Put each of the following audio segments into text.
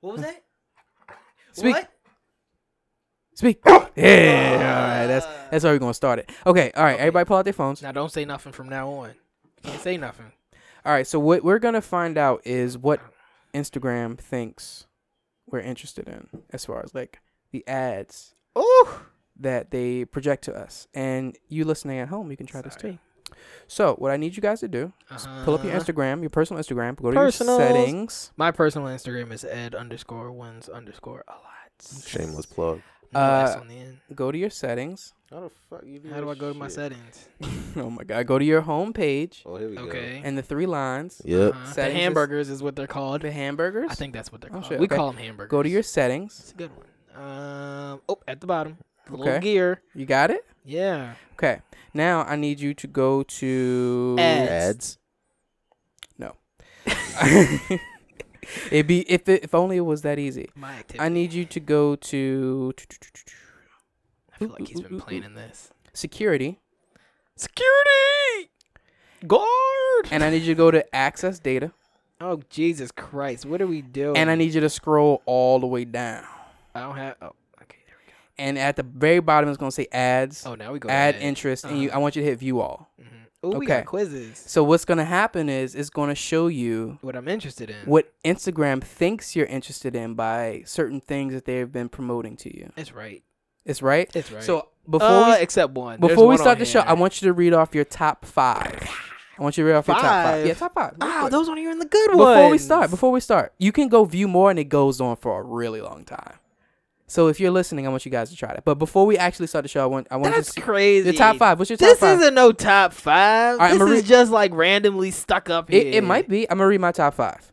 What was that? Hmm. Speak. What? Speak. Yeah. all right. That's that's where we're gonna start it. Okay. All right. Everybody, pull out their phones. Now don't say nothing from now on. You can't say nothing. All right. So what we're gonna find out is what Instagram thinks we're interested in, as far as like the ads Ooh. that they project to us. And you listening at home, you can try this too. So what I need you guys to do is pull up your Uh-huh. Instagram, your personal Instagram, go to Personals. your settings. My personal Instagram is ed underscore wins underscore a lot. Shameless plug. No S Uh, on the end. Go to your settings. How the fuck you How do I go to my settings? oh my god. Go to your home page Oh, here we Okay. and the three lines. go. Yep. Uh-huh. The Settings is- hamburgers is what they're called. The hamburgers. I think that's what they're Oh, called. shit, We okay. call them hamburgers. Go to your settings. It's a good one. Um. Oh, at the bottom, the little Okay. gear. You got it? Yeah. Okay. Now I need you to go to Ads. It'd be if it, if only it was that easy. My activity. I need you to go to I feel like he's Ooh, ooh, been ooh, playing in this. security Security guard. and I need you to go to access data oh Jesus Christ! What are we doing? and I need you to scroll all the way down. I don't have. Oh, okay. There we go. And at the very bottom it's going to say ads, Oh, now we go. to ad ads. interest and you Uh-huh. I want you to hit view all. Mhm. Ooh, we got Okay. quizzes. So what's going to happen is it's going to show you What I'm interested in. what Instagram thinks you're interested in by certain things that they've been promoting to you. It's right. It's right? It's right. So before before we except one. Uh, There's Before we one on start the show, here. I want you to read off your top five. I want you to read off your top five. Five? Yeah, top five. real Wow, quick. ah, those aren't even the good ones. before we start, before we start, you can go view more, and it goes on for a really long time. So if you're listening, I want you guys to try that. But before we actually start the show, I want I want you to that's see crazy. your top five. What's your top This five? isn't no top five. All right, this Marie- is just like randomly stuck up here. it, it might be. I'm gonna read my top five.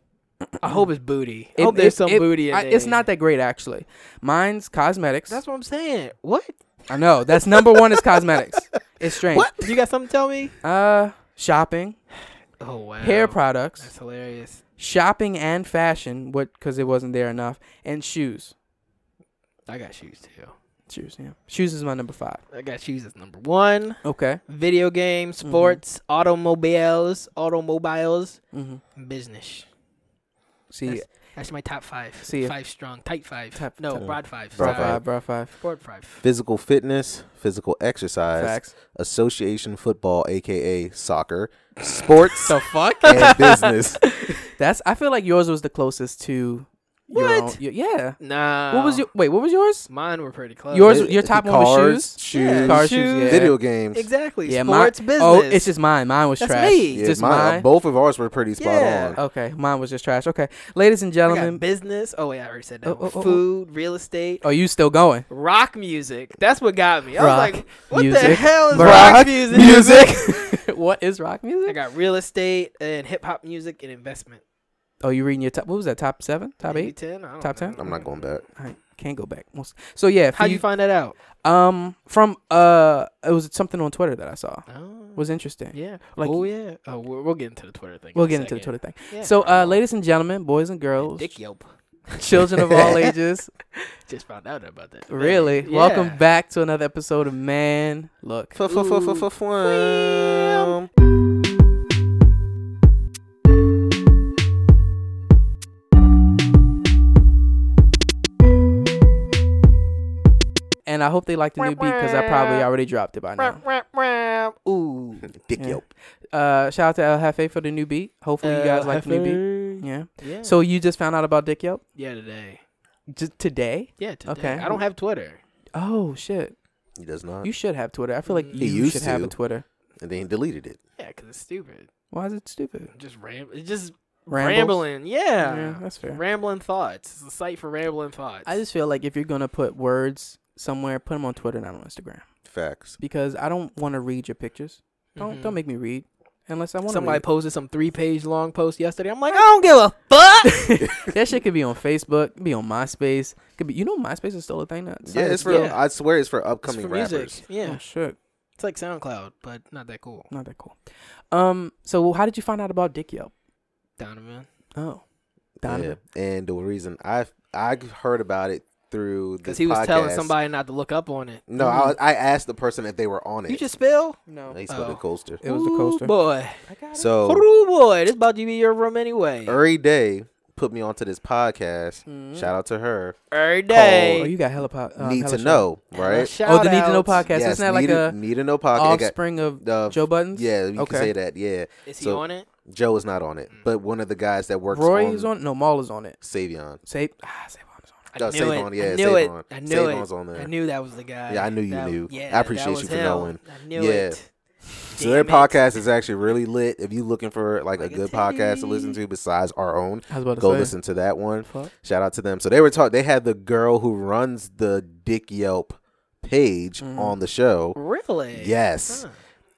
I hope it's booty. I It- hope there's it- some it- booty in I- there. It's not that great actually. Mine's cosmetics. That's what I'm saying. What? I know. That's number one is cosmetics. It's strange. What? You got something to tell me? Uh, shopping, Oh wow. hair products. That's hilarious. shopping and fashion what because it wasn't there enough and shoes I got shoes too. shoes yeah shoes is my number five I got shoes as number one. okay Video games, Mhm. sports, automobiles, automobiles, hmm business. see That's- That's my top five. See ya. five strong. Tight five. Top- no, top- broad five. Broad sorry. five bro five Broad five. Physical fitness, physical exercise, facts association football, aka soccer, sports, the fuck and business. that's i feel like yours was the closest to your own- What? y- yeah Nah. what was your wait what was yours Mine were pretty close. Yours- It- your the top one was cars, shoes? shoes, Yeah, Car Cars, shoes, shoes, yeah. video games. exactly. yeah mine sports business. oh it's just mine mine was That's trash me. Yeah, just mine- mine, Both of ours were pretty spot Yeah. Uh, on. okay mine was just trash okay ladies and I got gentlemen business. Oh wait, I already said that. Oh, one. oh, oh, oh. Food, real estate, oh you still going rock music. That's what got me. I was Rock like, what the music. hell is Rock rock, music? what is rock I music got real estate and hip hop music and investment. oh you reading your top what was that top seven top Maybe eight ten. I don't Top know. 10? I'm not going back. I can't go back Most- so yeah How would you find that out? Um, from uh, it was something on Twitter that I saw Oh, was interesting. yeah. like- oh yeah. Oh, we'll, we'll get into the Twitter thing. We'll in a get into the second. Twitter thing. Yeah. So, uh, ladies and gentlemen, boys and girls, Dick Yelp. children of all ages, Just found out about that. today. really, Yeah. welcome back to another episode of Man Look. F-f-f-f-f-flam. And I hope they like the new beat because I probably already dropped it by now. Ooh. Dick Yeah. yelp. Uh, shout out to El Jefe for the new beat. Hopefully, you guys like the new beat. Yeah. Yeah. So you just found out about Dick Yelp yeah, today. just today? Yeah, today. Okay. I don't have Twitter. Oh shit! He does not. You should have Twitter. I feel like Mm, He you used should have a to. Twitter. and then he deleted it. Yeah, because it's stupid. Why is it stupid? Just ram. It's just Rambles? rambling. Yeah. Yeah, that's fair. Rambling thoughts. It's a site for rambling thoughts. I just feel like if you're gonna put words somewhere, put them on Twitter, not on Instagram, Facts. because I don't want to read your pictures. Don't Mm-hmm. Mhm. don't make me read unless I want to. Somebody Read. posted some three page long post yesterday. I'm like, I don't give a fuck. that shit could be on Facebook, could be on MySpace, could be. You know, MySpace is still a thing. That's Yeah, it's for. Yeah. I swear, it's for upcoming it's for rappers. music. Yeah. Oh shit, It's like SoundCloud, but not that cool. not that cool. Um, so how did you find out about Dick Yelp? Donovan. Oh, Yeah. Donovan. And the reason I I heard about it through Because this he was telling podcast. somebody not to look up on it. No, I, was- I asked the person if they were on it. You just spill? No, They spelled Oh. it coaster. Oh. it was the Ooh, coaster. boy. So Er, Ooh, boy. This about to be your room anyway. every day, put me onto this podcast. Mm-hmm. Shout out to her. Every Mm-hmm. Oh, day. you got hella po- um, need hella to show. know, right? Oh, the Need to Know podcast. Yes, Isn't that like need, a need to know podcast? It got- offspring of uh, Joe Buttons? Yeah, you Okay. can say that. Yeah, Is he So- on it? Joe is not on it, but one of the guys that works Roy on, is on. No, Maul is on it. Savion. Save. Ah, Savon is on it. I No, knew Savon, it. yeah, I knew Savon. it. I knew Savon's it. on there. I knew that was the guy. Yeah, I knew you That- knew. yeah, I that appreciate was you for him. knowing. I knew Yeah. it. So their Damn it. podcast is actually really lit. If you're looking for like, Like a a good podcast to listen titty. to besides our own, I was about to go say. listen to that one. Fuck. Shout out to them. So they were talking. They had the girl who runs the Dick Yelp page Mhm. on the show. Really? Yes. Mm. Huh.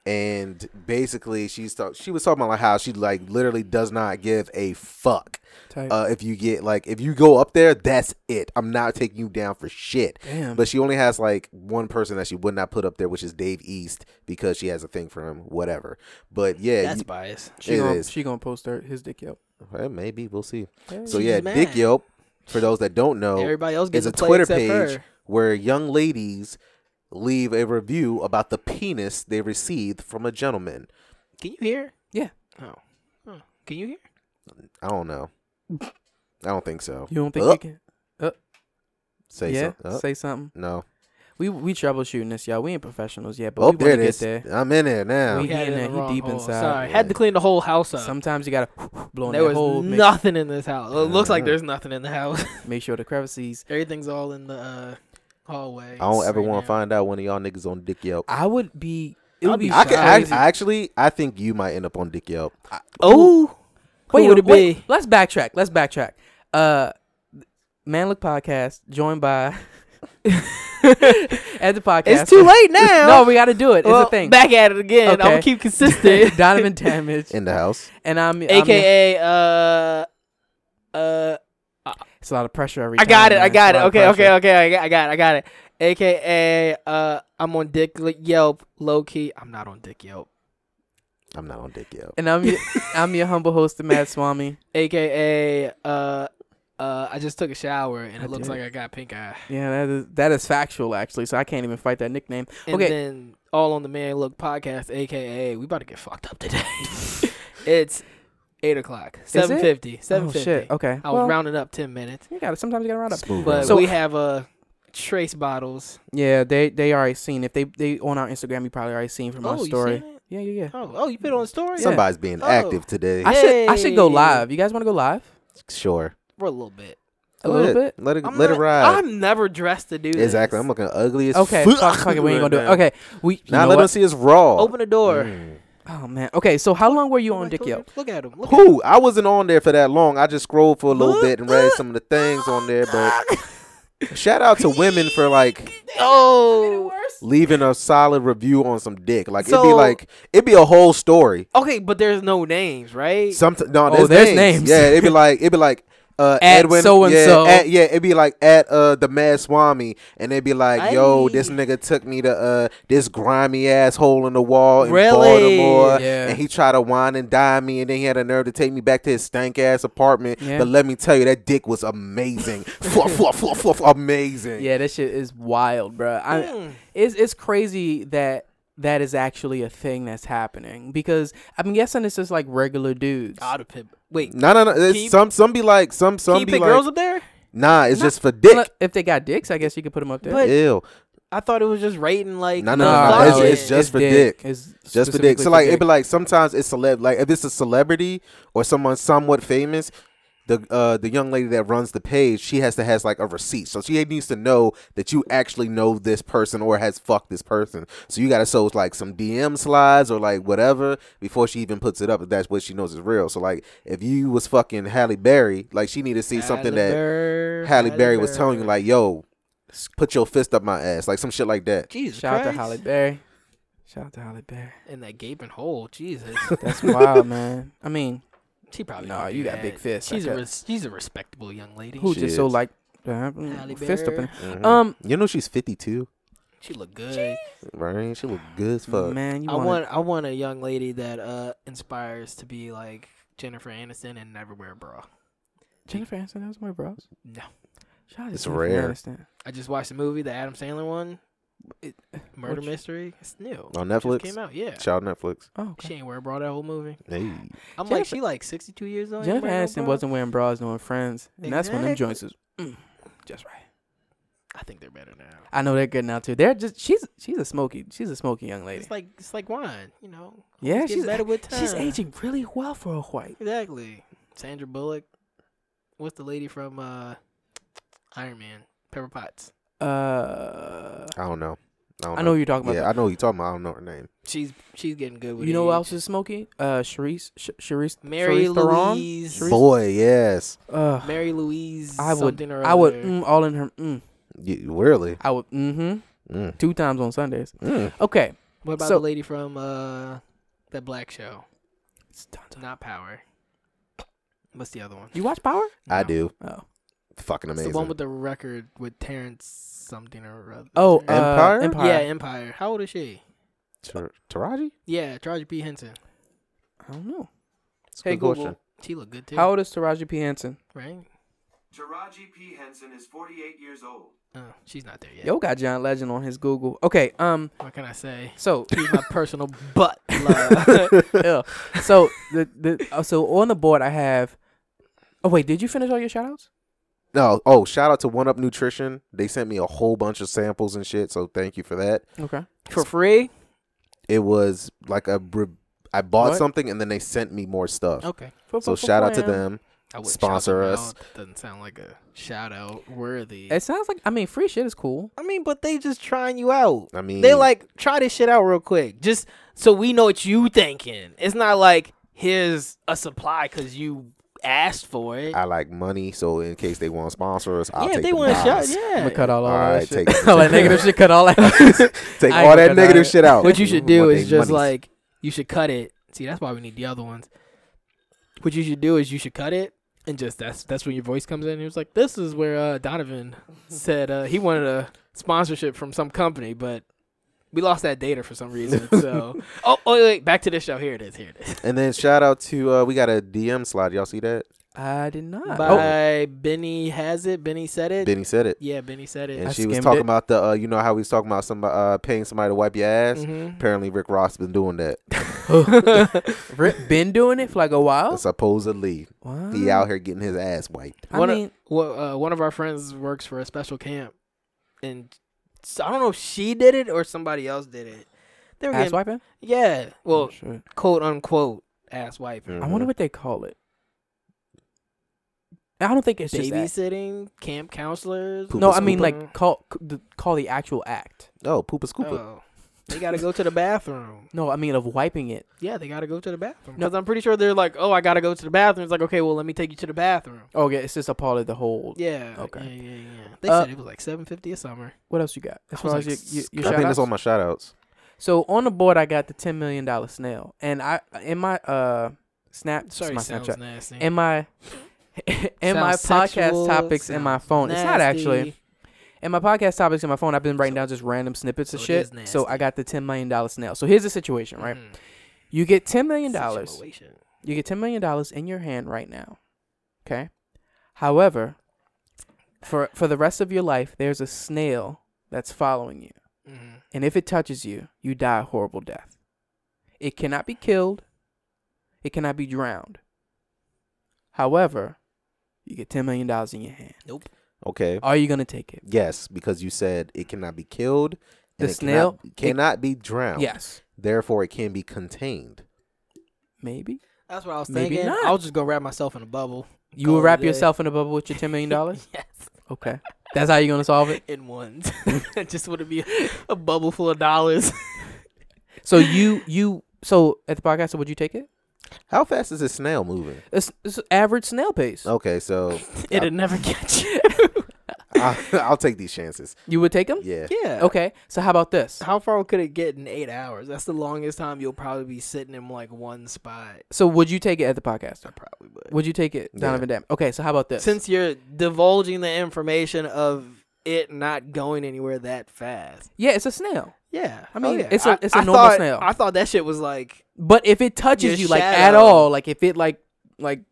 and basically she's talk- she was talking about like how she like literally does not give a fuck Type. uh, if you get like if you go up there that's it i'm not taking you down for shit Damn. but she only has like one person that she would not put up there which is dave east because she has a thing for him whatever but yeah That's you, biased. she it gonna, is. she gonna post her his dick up. well, maybe we'll see Hey. so She's yeah mad. dick yelp for those that don't know Everybody else is gets a play twitter except page her. where young ladies leave a review about the penis they received from a gentleman Can you hear? Yeah. Oh. Huh. Can you hear? I don't know. I don't think so. You don't think Up. you can? Say yeah. something. Oh, Say something. no. We we troubleshooting this, y'all. We ain't professionals yet, but Oh, we there want it to get is. there. I'm in it now. We- He had in it there. the He wrong deep hole. inside. Sorry, had to clean the whole house up. Sometimes you gotta blow in there that was hole. Make, nothing in this house. It looks like Mhm. there's nothing in the house. make sure the crevices. Everything's all in the uh, hallway. I don't ever want to find out one of y'all niggas on Dick Yelp. I would be. It I'll would be. be I can crazy. I, actually. I think you might end up on Dick Yelp. Oh, wait, who would it wait, be? Let's backtrack. Let's backtrack. Uh, Man Look Podcast joined by at the podcast. It's too late now. no, we got to do it. Well, it's a thing. Back at it again. I'm Okay. gonna keep consistent. Donovan Damage, In the house. and I'm I'm, AKA uh uh it's a lot of pressure every I time. got it. I man. got it. It's a lot Okay, of okay, pressure. okay. I got I got I got it. AKA uh I'm on Dick Li- Yelp low key. I'm not on Dick Yelp. I'm not on Dick Yelp. And I'm your, I'm your humble host, the Mad Swami. AKA uh uh I just took a shower and I it looks did. like I got pink eye. Yeah, that is that is factual actually. So I can't even fight that nickname. And Okay. then all on the man look podcast, aka we about to get fucked up today. it's eight o'clock. it? Seven fifty. Seven Oh fifty. shit. Okay. I was well, rounding up ten minutes. You got it. Sometimes you gotta round up. Smooth. But So- we have uh trace bottles. Yeah, they they already seen. If they they on our Instagram, Oh, you probably already seen from our Oh, you story. seen it? Yeah, yeah, yeah. Oh, oh, you put it on the story? Yeah. Somebody's being Oh. active today. I should I should go Hey. live. You guys want to go live? sure. For a little bit. A Go little ahead. bit. Let it I'm let it not- ride. I'm never dressed to do this. exactly. I'm looking ugly as Okay. fuck Fuck, fuck it. We ain't right gonna do it. now. Okay. We. You Now know let what? us see us raw. Open the door. Mm. Oh man. Okay. So how long were you on Look Dick at- Yelp? Look at him. Look Who? I wasn't on there for that long. I just scrolled for a little Huh? bit and read some of the things on there. But shout out to women for like At him. Oh. leaving a solid review on some dick. Like it'd be So- like it'd be a whole story. Okay, but there's no names, right? Some no, Oh, there's, there's names. names. Yeah, it'd be like it'd be like uh, At Edwin. so-and-so. Yeah, at- yeah, it'd be like at uh the Mad Swami, and they'd be like, "Yo, Aye. this nigga took me to uh this grimy asshole in the wall in Really? Baltimore, Yeah. and he tried to wine and dine me, and then he had the nerve to take me back to his stank ass apartment. Yeah. But let me tell you, that dick was amazing, Fwah, fwah, fwah, fwah, fwah, amazing. Yeah, that shit is wild, bro. I, Mm. it's it's crazy that that is actually a thing that's happening because I'm guessing it's just like regular dudes. Out of pimp. Wait, No, no, no. it's- Can you- some some be like some can some you be pick like girls up there? nah, it's Nah. just for dick. Well, If they got dicks, I guess you could put them up there. But- Ew. I thought it was just rating like. No, no, no, fucking- it's- it's just- for dick. It's just for dick. specifically So like it'd dick. be like sometimes it's celeb like if it's a celebrity or someone somewhat famous, the uh the young lady that runs the page, she has to has like a receipt. So she needs to know that you actually know this person or has fucked this person. So you gotta show like some DM slides or like whatever before she even puts it up if that's what she knows is real. So like if you was fucking Halle Berry, like she need to see something that Berry, Halle Berry was Berry. telling you, like, yo, s- put your fist up my ass, like some shit like that. Jesus shout out to Christ. Holly Berry. Shout out to Holly Berry. In that gaping hole, Jesus. That's wild, man. I mean, she probably. No, don't do you got that. big fists, She's I a got- res- she's a respectable young lady. who She just so is. like uh, Halle fist up in Mhm. Um, you know she's fifty two, She look good. right? She look good as fuck. man. You I wanna- want I want a young lady that uh inspires to be like Jennifer Aniston and never wear a bra. Jennifer Aniston? That was my bros. No. Shout out to It's Jennifer rare. Aniston. I just watched the movie, the Adam Sandler one. Murder Which- mystery. It's new. on Just Netflix. came out. Yeah. Child Netflix. Oh, okay. She ain't wearing bra that whole movie. Hey, I'm like, Jennifer- she like 62 years old. ain't Jennifer wearing no Aniston bra? wasn't wearing bras doing Friends, and that's when them Exactly. joints was mm, just right. I think they're better now. I know they're good now too. They're just she's she's a smoky she's a smoky young lady. It's like it's like wine, you know. yeah, It gets she's better with time. she's aging really well for a white. Exactly. Sandra Bullock. What's the lady from uh, Iron Man? Pepper Potts. Uh, I don't know. I don't I know who you're talking about. yeah, I know who you're talking about. I don't know her name. She's she's getting good with You know who age. else is smoky? Uh, Charisse, Sh- Charisse, Mary Charisse Theron. Louise. Charisse- Boy, yes. Uh, Mary Louise. I would- something Or I would other. mm, all in her. Mm, You, really? I would. Mm-hmm. Mm. Two times on Sundays. Mm. Okay. What about so- the lady from uh, that black show? It's tons of- Not Power. What's the other one? You watch Power? I No. do. Oh. Fucking It's amazing. the one with the record with Terrence something or other. Oh. Uh, Empire? Empire. yeah, Empire. How old is she? Tar- Taraji? Yeah, Taraji P Henson. I don't know. It's a Hey good Google. question. She look good too, How old is Taraji P Henson? right? Taraji P. Henson is 48 years old. Oh, she's not there yet. Yo got John Legend on his Google. Okay. Um. What can I say? So. She's my personal uh, butt. love. yeah. So the the uh, so on the board I have. Oh wait, did you finish all your shoutouts? No, oh, shout out to One Up Nutrition. They sent me a whole bunch of samples and shit, so thank you for that. Okay. For free? It was like a re- I bought What? something and then they sent me more stuff. Okay. So shout out to them. I wouldn't shout Sponsor them us. out. That doesn't sound like a shout out worthy. It sounds like I mean free shit is cool. I mean, but they just trying you out. I mean, They like try this shit out real quick, just so we know what you thinking. It's not like here's a supply because you asked for it. I like money, so in case they want to sponsor us, I'll yeah, take if they the want to shout. dollars. I'm Yeah. gonna cut all, all, All right, that shit. take- all that negative shit. Cut all that. Take I all ain't that gonna negative die. shit out. What you should do Want is they just monies. like you should cut it. See, that's why we need the other ones. What you should do is you should cut it and just that's that's when your voice comes in. It was like this is where uh, Donovan said uh, he wanted a sponsorship from some company, but we lost that data for some reason. So oh, oh wait, wait, back to this show. Here it is. Here it is. And then shout out to uh, we got a DM slide. Y'all see that? I did not. Oh, By Benny has it. Benny said it. Benny said it, yeah, Benny said and it. I she was skimmed talking it. about the uh, you know how we was talking about some uh, paying somebody to wipe your ass. Mhm. Apparently, Rick Ross been doing that Rip been doing it for like a Oh. while. supposedly. Wow. He out here getting his ass wiped. I One of- mean, well, uh, one of our friends works for a special camp, and s I don't know if she did it or somebody else did it. They were ass getting, wiping. yeah, well, Oh, shit. quote unquote ass wiping, Mm-hmm. I wonder what they call it. I don't think it's just ass- babysitting, camp counselors. Poop No, is I mean scooper. like call c- the, call the actual act. Oh, poopa scoopa. Oh, they gotta go to the bathroom. No, I mean of wiping it. Yeah, they gotta go to the bathroom. No. Because I'm pretty sure they're like, oh, I gotta go to the bathroom. It's like, okay, well, let me take you to the bathroom. Oh, yeah, it's just a part of the whole. Yeah. Okay. Yeah, yeah, yeah. They Uh, said it was like 7:50 a summer. What else you got? As I far was as like, your, your, I your think that's all shout-outs? my shout outs. So on the board, I got the ten million dollar snail, and I in my uh snap, it's Sorry, my sounds Snapchat, nasty. in my in my podcast Sounds sexual, topics in my sounds phone. It's not actually nasty. in my podcast topics in my phone. I've been writing down just random snippets so of it shit. is So I nasty. got the ten million dollar snail. So here's the situation, right? Mhm. You get ten million dollars. Situation. You get ten million dollars in your hand right now. Okay. However, for for the rest of your life, there's a snail that's following you, Mhm. and if it touches you, you die a horrible death. It cannot be killed. It cannot be drowned. However, you get ten million dollars in your hand. Nope. Okay. Are you gonna take it? Yes, because you said it cannot be killed. The and it snail- cannot, cannot be drowned. Yes. Therefore, it can be contained. Maybe. That's what I was Maybe thinking. not. I was just gonna wrap myself in a bubble. You will wrap Golden. yourself in a bubble with your ten million dollars. yes. Okay. That's how you're gonna solve it. In ones. It just would be a bubble full of dollars. So you you so at the podcast, so would you take it? How fast is a snail moving? It's, it's average snail pace. Oh. Okay, so It'll never catch you. I, I'll take these chances. You would take them? Yeah. yeah. Okay. So how about this? How far could it get in eight hours? That's the longest time you'll probably be sitting in like one spot. So would you take it at the podcast? I probably would. Would you take it, Donovan Dam? Okay. So how about this? Since you're divulging the information of it not going anywhere that fast. yeah, it's a snail. Yeah. Oh, I mean, yeah. it's a- I- it's a I normal thought- snail. I thought that shit was like But if it touches Your you like at shadow. all, like if it like like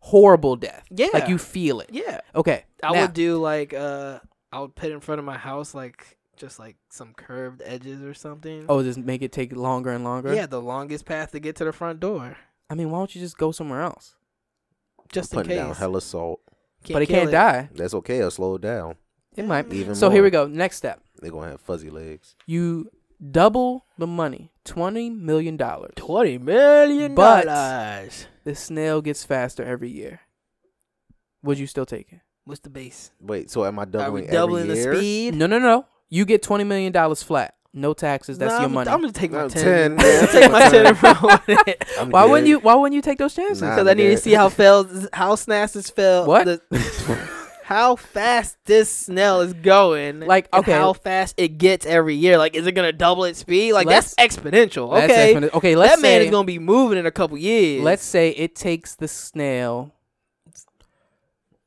horrible death, Yeah. like you feel it. yeah. Okay. I now, would do like uh I would put in front of my house like just like some curved edges or something. Oh, just make it take longer and longer. yeah, the longest path to get to the front door, I mean, why don't you just go somewhere else? just in Putting case. down hella salt. Can't but it kill can't die. That's okay. It'll slow it down. It might. Even So here more. we go. Next step. They're gonna have fuzzy legs. You double the money, twenty million dollars. Twenty million But- dollars. The snail gets faster every year. Would you still take it? What's the base? Wait, so am I Are doubling? we doubling every the year? speed? No, no, no. You get twenty million dollars flat, no taxes. That's Nah, your I'm, money. I'm gonna take my No, ten. 10. I'll take my ten and run with it. I'm why good. wouldn't you? Why wouldn't you take those chances? Nah. Because I need to good. see how fails, how fast this fell. What? the- how fast this snail is going. Like, and okay. how fast it gets every year. Like, is it gonna double its speed? Like, that's exponential. That's Okay, exponent- okay. Let's that say, man is gonna be moving in a couple years. Let's say it takes the snail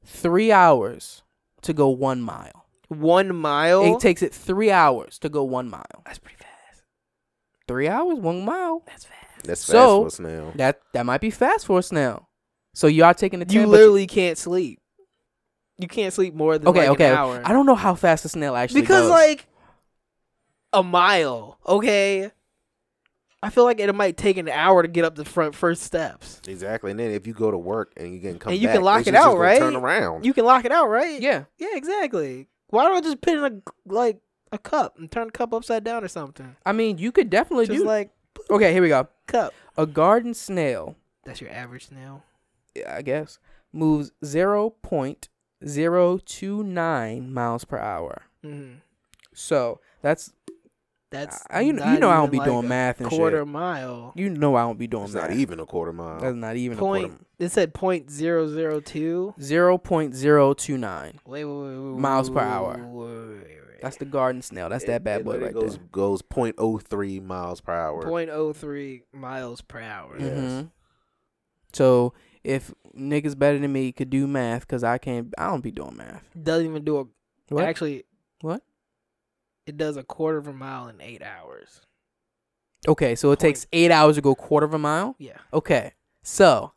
three hours to go one mile. one mile. It takes it three hours to go one mile. that's pretty fast. Three hours, one mile. That's fast. That's fast So- for a snail. That that might be fast for us now. So you are taking the You ten, but literally can't sleep. You can't sleep more than okay, like, okay. an hour. I don't know how fast the snail actually because goes. like a mile. Okay, I feel like it might take an hour to get up the front first steps. Exactly. And then if you go to work and you can come And you back, can lock they it just out, gonna right? Turn around. You can lock it out, right? yeah, Yeah, exactly. Why don't I just put in a like a cup and turn the cup upside down or something? I mean you could definitely Just do. like okay, here we go. cup. A garden snail, That's your average snail. I guess, moves zero point zero two nine miles per hour. Mm-hmm. So that's That's I, you, know, not you know I even don't be like doing a math and Quarter shit. mile. You know I don't be doing It's math. not even uh, a quarter mile. That's not even a Point. quarter. It said point zero zero two. Zero point zero two nine. Wait, wait, wait, wait, Miles per wait, hour. wait, wait, wait, wait. That's the garden snail. That's It- that bad it boy literally right goes, there. Goes 0.03 miles per hour. point oh three miles per hour. Yeah. Yes. Mhm. So if niggas better than me could do math, because I can't, I don't be doing math. Doesn't even do a What? actually. What? It does a quarter of a mile in eight hours. okay, so it takes eight hours to go quarter of a mile. Yeah. Okay, so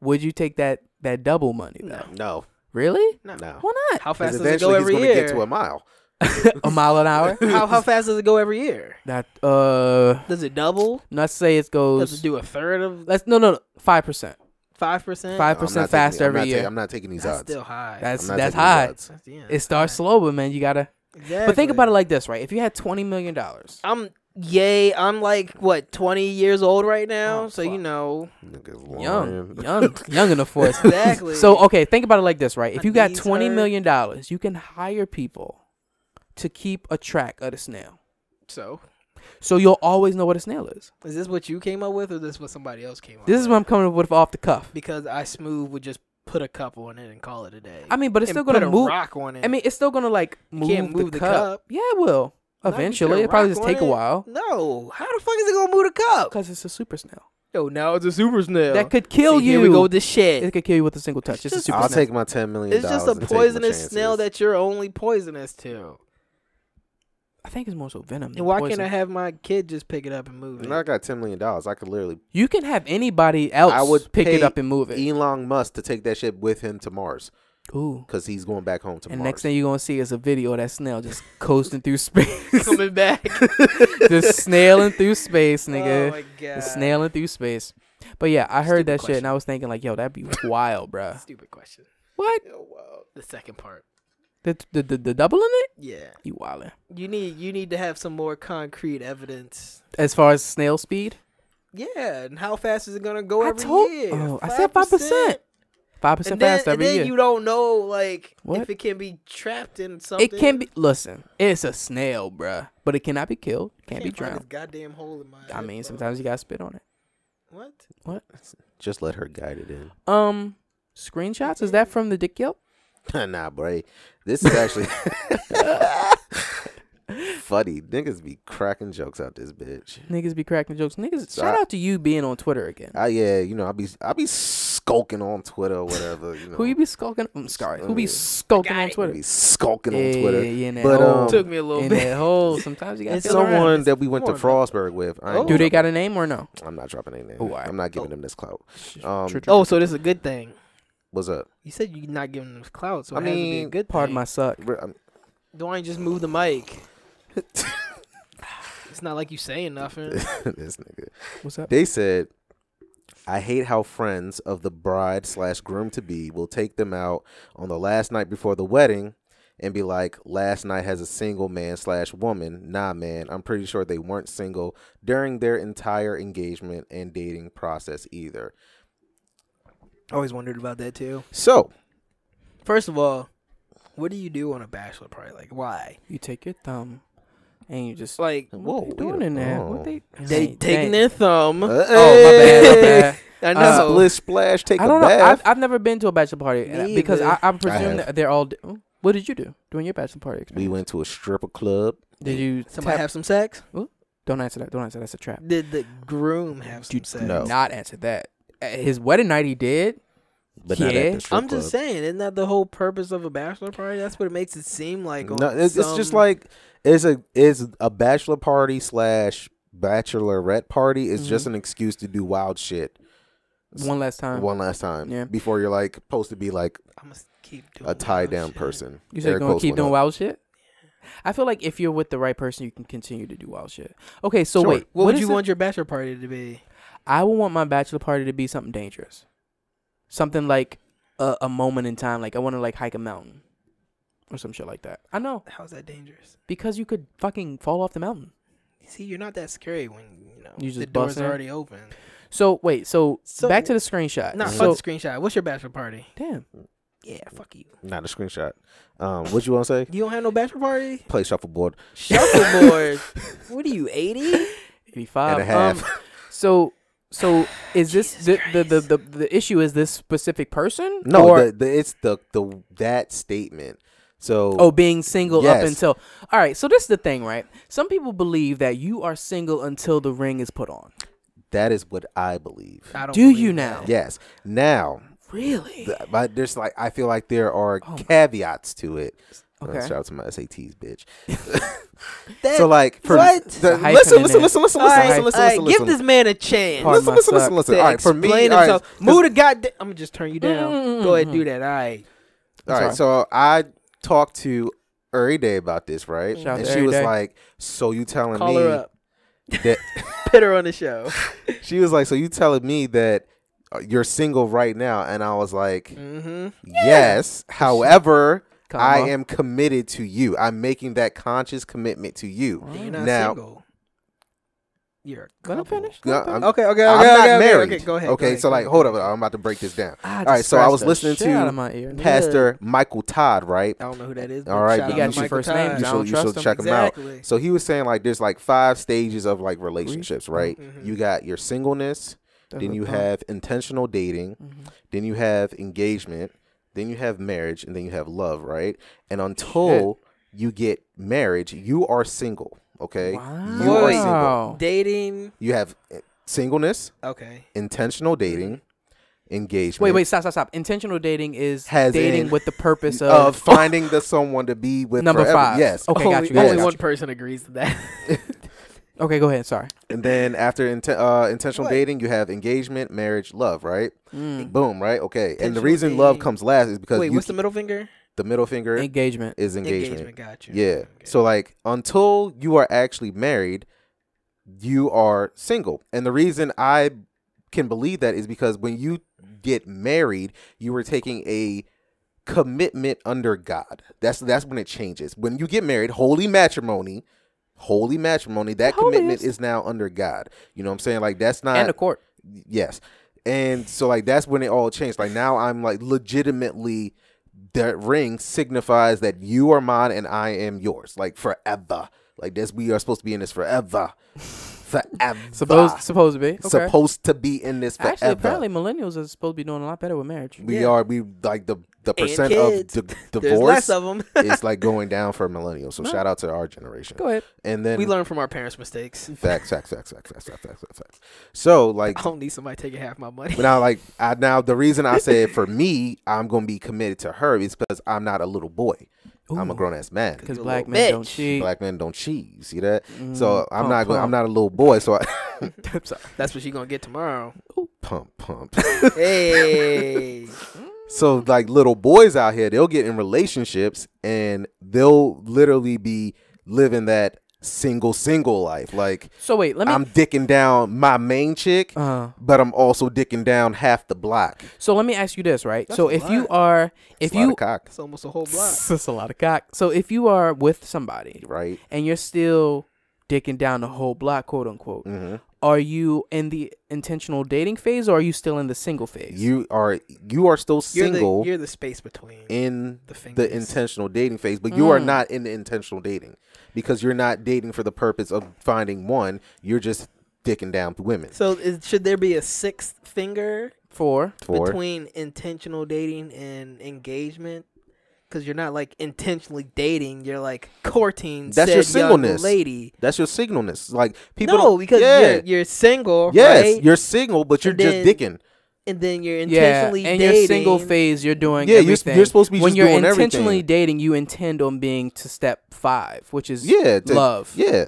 would you take that that double money though? No. No, Really? No. no. Why not? How fast does it go eventually every he's year? to get to a mile. a mile an hour? how how fast does it go every year? That uh, Does it double? let's say it Does it goes. do a third of Let's no no five percent. five percent? Five I'm not percent taking- faster I'm not every ta- year. I'm not taking these That's odds. still high. That's I'm not that's taking these high. odds. That's- yeah, It that's starts high. slow, but man, you gotta. Exactly. But think about it like this, right? If you had twenty million dollars, I'm yay. I'm like what twenty years old right now, Oh, so you fuck. know Niggas young, lying. young, young enough for us. exactly. So uh, okay, think about it like this, right? If My you got knees twenty hurt. million dollars, you can hire people to keep a track of the snail, so so you'll always know what a snail is. is this what you came up with, or this what somebody else came up? This is with? what I'm coming up with off the cuff. because I smooth would just put a cup on it and call it a day. I mean, but it's And still put gonna a move. Rock on it. I mean, it's still gonna like You move, can't move the, the cup. cup. Yeah, it Not will if you put eventually. a It probably rock just on take a it. while no. How the fuck is it gonna move the cup? because it's a super snail Yo, now it's a super snail. that could kill See, you. Here we go with this shit. It could kill you with a single touch. It's a just- super I'll snail. take my ten million. It's just a poisonous snail that you're only poisonous to. I think it's more so venom. And Than why poison. can't I have my kid just pick it up and move it? When I got ten million dollars, I could literally You can have anybody else I would pick it pay up and move it. E Elon Musk to take that shit with him to Mars Ooh. because he's going back home to And Mars. next thing you're gonna see is a video of that snail just coasting through space, Coming back. just snailing through space, Oh nigga, my god. just snailing through space. But yeah, I heard Stupid that shit question. and I was thinking like, yo, that'd be wild, bruh. Stupid question. What? Oh, The second part. The the the, the doubling it? Yeah. You wildin'. You need you need to have some more concrete evidence. As far as snail speed, Yeah, and how fast is it gonna go I every told- year? Oh, I said 5%. five percent And then, faster every and then year. you don't know like What? if it can be trapped in something. It can be. Listen, it's a snail, bruh, but it cannot be killed. Can't, be Can't find this drowned. Goddamn hole in my. I mean, headphone. sometimes you gotta spit on it. What? What? Just let her guide it in. Um, screenshots. Is that from the Dick Yelp? nah, bro. This is actually funny. Niggas be cracking jokes out this bitch. Niggas be cracking jokes. Niggas, So shout I- out to you being on Twitter again. I yeah, you know, I be I be skulking on Twitter or whatever. You know, Who you be skulking? I'm sorry. Who be Uh, skulking got on it. I Twitter? be skulking Yeah, on Twitter. yeah, yeah, in that But, hole. um, Oh, Took me a little in bit. that hole. Sometimes you got It's to so- around. Someone that we went to Come on, Frostburg with. I Oh. ain't Do they dropping- got a name or no? I'm not dropping any name. Oh, I- I'm not giving oh. them this clout. Um, True, true. Oh, so this is a good thing. What's up? You said you're not giving them clout, so I it has to be a mean, good Pardon um, thing. my suck. Re- I'm- Dwayne just moved the mic. It's not like you saying nothing. this nigga. What's up? They said, I hate how friends of the bride slash groom to be will take them out on the last night before the wedding and be like, last night has a single man slash woman. Nah, man, I'm pretty sure they weren't single during their entire engagement and dating process either. Always wondered about that too. So, First of all, what do you do on a bachelor party? Like, why? You take your thumb and you just Like, whoa. what they doing in there? What they they Hey, taking they- their thumb. Oh, my Oh my bad, my bad. I know. Uh, Split splash, take I don't a know. I've, bath. I've never been to a bachelor party and I- Me because I, either. I presume have. that they're all. Di- Ooh, what did you do during your bachelor party? we Experience? went to a stripper club. did you Somebody tap- have some sex? Don't answer that. Don't answer. that. That's a trap. Did the groom have some Dude, sex? no. Not answer that. At his wedding night, he did. But not Yeah. at the strip I'm just club. saying, isn't that the whole purpose of a bachelor party? That's what it makes it seem like. on no, it's, it's just some- like it's a it's a bachelor party slash bachelorette party. It's Mm-hmm. just an excuse to do wild shit S- One last time. one last time Uh, yeah. before you're like supposed to be like I'm gonna keep doing a tie wild down shit. person. You said Air gonna quotes keep went doing up. wild shit. I feel like if you're with the right person, you can continue to do wild shit. Okay, so Sure. wait, What, would is you it- want your bachelor party to be? I would want my bachelor party to be something dangerous, something like a, a moment in time. Like I want to like hike a mountain or some shit like that. I know How's that dangerous? because you could fucking fall off the mountain. See, you're not that scary when you know You the just door's bust in? already open. So wait, so, So- back to the screenshot. Not Uh, so fuck the screenshot. What's your bachelor party? damn, Yeah, fuck you. Not a screenshot. Um, what you want to say? You don't have no bachelor party? Play shuffleboard Shuffleboard. what are you, 80? eighty and five. a half. Um, so so is this Jesus the the, the the the issue? Is this specific person? no, Or- the, the, it's the the that statement. So Oh, being single up Yes. until. All right, so this is the thing, right? Some people believe that you are single until the ring is put on. that is what I believe. I don't Do believe you now? Yes. Now, Really? th- but there's like I feel like there are Oh my- caveats to it. Uh, Okay. Shout out to my SATs, bitch. That- so like for what? the- a hyphen listen, in listen, there. listen, listen, listen, All right, listen, listen, all right, give listen, this man a chance. Pardon listen, my listen, listen, suck. listen. to All right, for me, all explain right, himself. Move the goddamn. I'm gonna just turn you down. Mm-hmm. Go ahead, do that. All right. all right. So I talked to Uri Day about this, right? Shout out and to she Uri was Day. like, "So you telling Call me her up. that?" Put her on the show. she was like, "So you telling me that uh, you're single right now?" And I was like, Mm. Mm-hmm. "Yes. However." I Comma. am committed to you. I'm making that conscious commitment to you. You're not Now- single. You're a Let him couple. finish. No, Let him I'm- finish. Okay, okay, okay, I'm okay, not okay, married. Okay, go ahead. Okay, go ahead, so go like, ahead. hold up, I'm about to break this down. Ah, All just right, so I scratched was the listening shit out to of my ear. Pastor Michael Todd, right? I don't know who that is. All right, You you got should- your first name. You I don't should, you should trust him. check him out. Exactly. So he was saying like, there's like five stages of like relationships, right? Mhm. You got your singleness, That's then a you thumb. have intentional dating, Mm-hmm. Mhm. then you have engagement, then you have marriage, and then you have love, right? And until you get marriage, you are single. Okay, you are single. Wow. Dating. You have uh, singleness, Okay. intentional dating, engagement. Wait, wait, stop, stop, stop. Intentional dating is Has dating in- with the purpose of, of finding the someone to be with number forever. five. Oh. Yes. Okay, only got you. Got only you, got one you. person agrees to that. Okay, go ahead. Sorry. And then after inten- uh, intentional What? dating, you have engagement, marriage, love, right? Mm. Boom, right? Okay. And the Intentional reason love dating. comes last is because Wait, you what's the ke- middle finger? the middle finger Mm. Engagement. is engagement. Got you. Yeah. So like until you are actually married, you are single. And the reason I can believe that is because when you Mm-hmm. get married, you are taking a commitment under God. That's that's when it changes. When you get married, holy matrimony, holy matrimony, that Holy commitment is- is now under God. You know what I'm saying? Like that's not And the court. Yes. And so like that's when it all changed. Like now I'm like legitimately that ring signifies that you are mine and I am yours. Like forever. Like this we are supposed to be in this forever. Forever. Supposed, supposed to be. Okay. Supposed to be in this forever. Actually, apparently, millennials are supposed to be doing a lot better with marriage. we Yeah. are we like the the percent of kids. di- There's less divorce of them. is like going down for millennials. So shout out to our generation. Go ahead. And then we learn from our parents' mistakes. facts, facts, facts, facts, facts, facts, facts, facts, facts. So like I don't need somebody taking half my money. But now, like, I, now the reason I said for me, I'm gonna be committed to her is because I'm not a little boy. I'm a Ooh. grown ass man. Because You a black little men don't bitch. cheat. Black men don't cheat. See that? Mm, so I'm pump, not. Gonna, I'm pump. not a little boy. So I I'm sorry. That's what she's gonna get tomorrow. pump, pump. hey. so like little boys out here, they'll get in relationships and they'll literally be living that single single life. Like So wait, let me. I'm dicking down my main chick, uh, but I'm also dicking down half the block. so let me ask you this, right? so a if you lot. are, if It's a lot you, of cock, It's almost a whole block. that's a lot of cock. So if you are with somebody right? and you're still dicking down the whole block, quote unquote, hmm are you in the intentional dating phase or are you still in the single phase? You are you are still You're single the you're the space between in the fingers. the intentional dating phase, but you are Mm. not in the intentional dating because you're not dating for the purpose of finding one. You're just dicking down women So is, should there be a sixth finger for for between intentional dating and engagement? Because you're not like intentionally dating. You're like courting. That's said your young singleness. lady. that's your signalness. Like people no, don't- because yeah. you're you're single. Yes, right? you're single, but you're And just then- dicking. and then you're yeah, intentionally and dating. your single phase, you're doing Yeah, you're, everything. you're supposed to be when just you're doing intentionally everything. dating, you intend on being to step five, which is yeah, to- love, Yeah,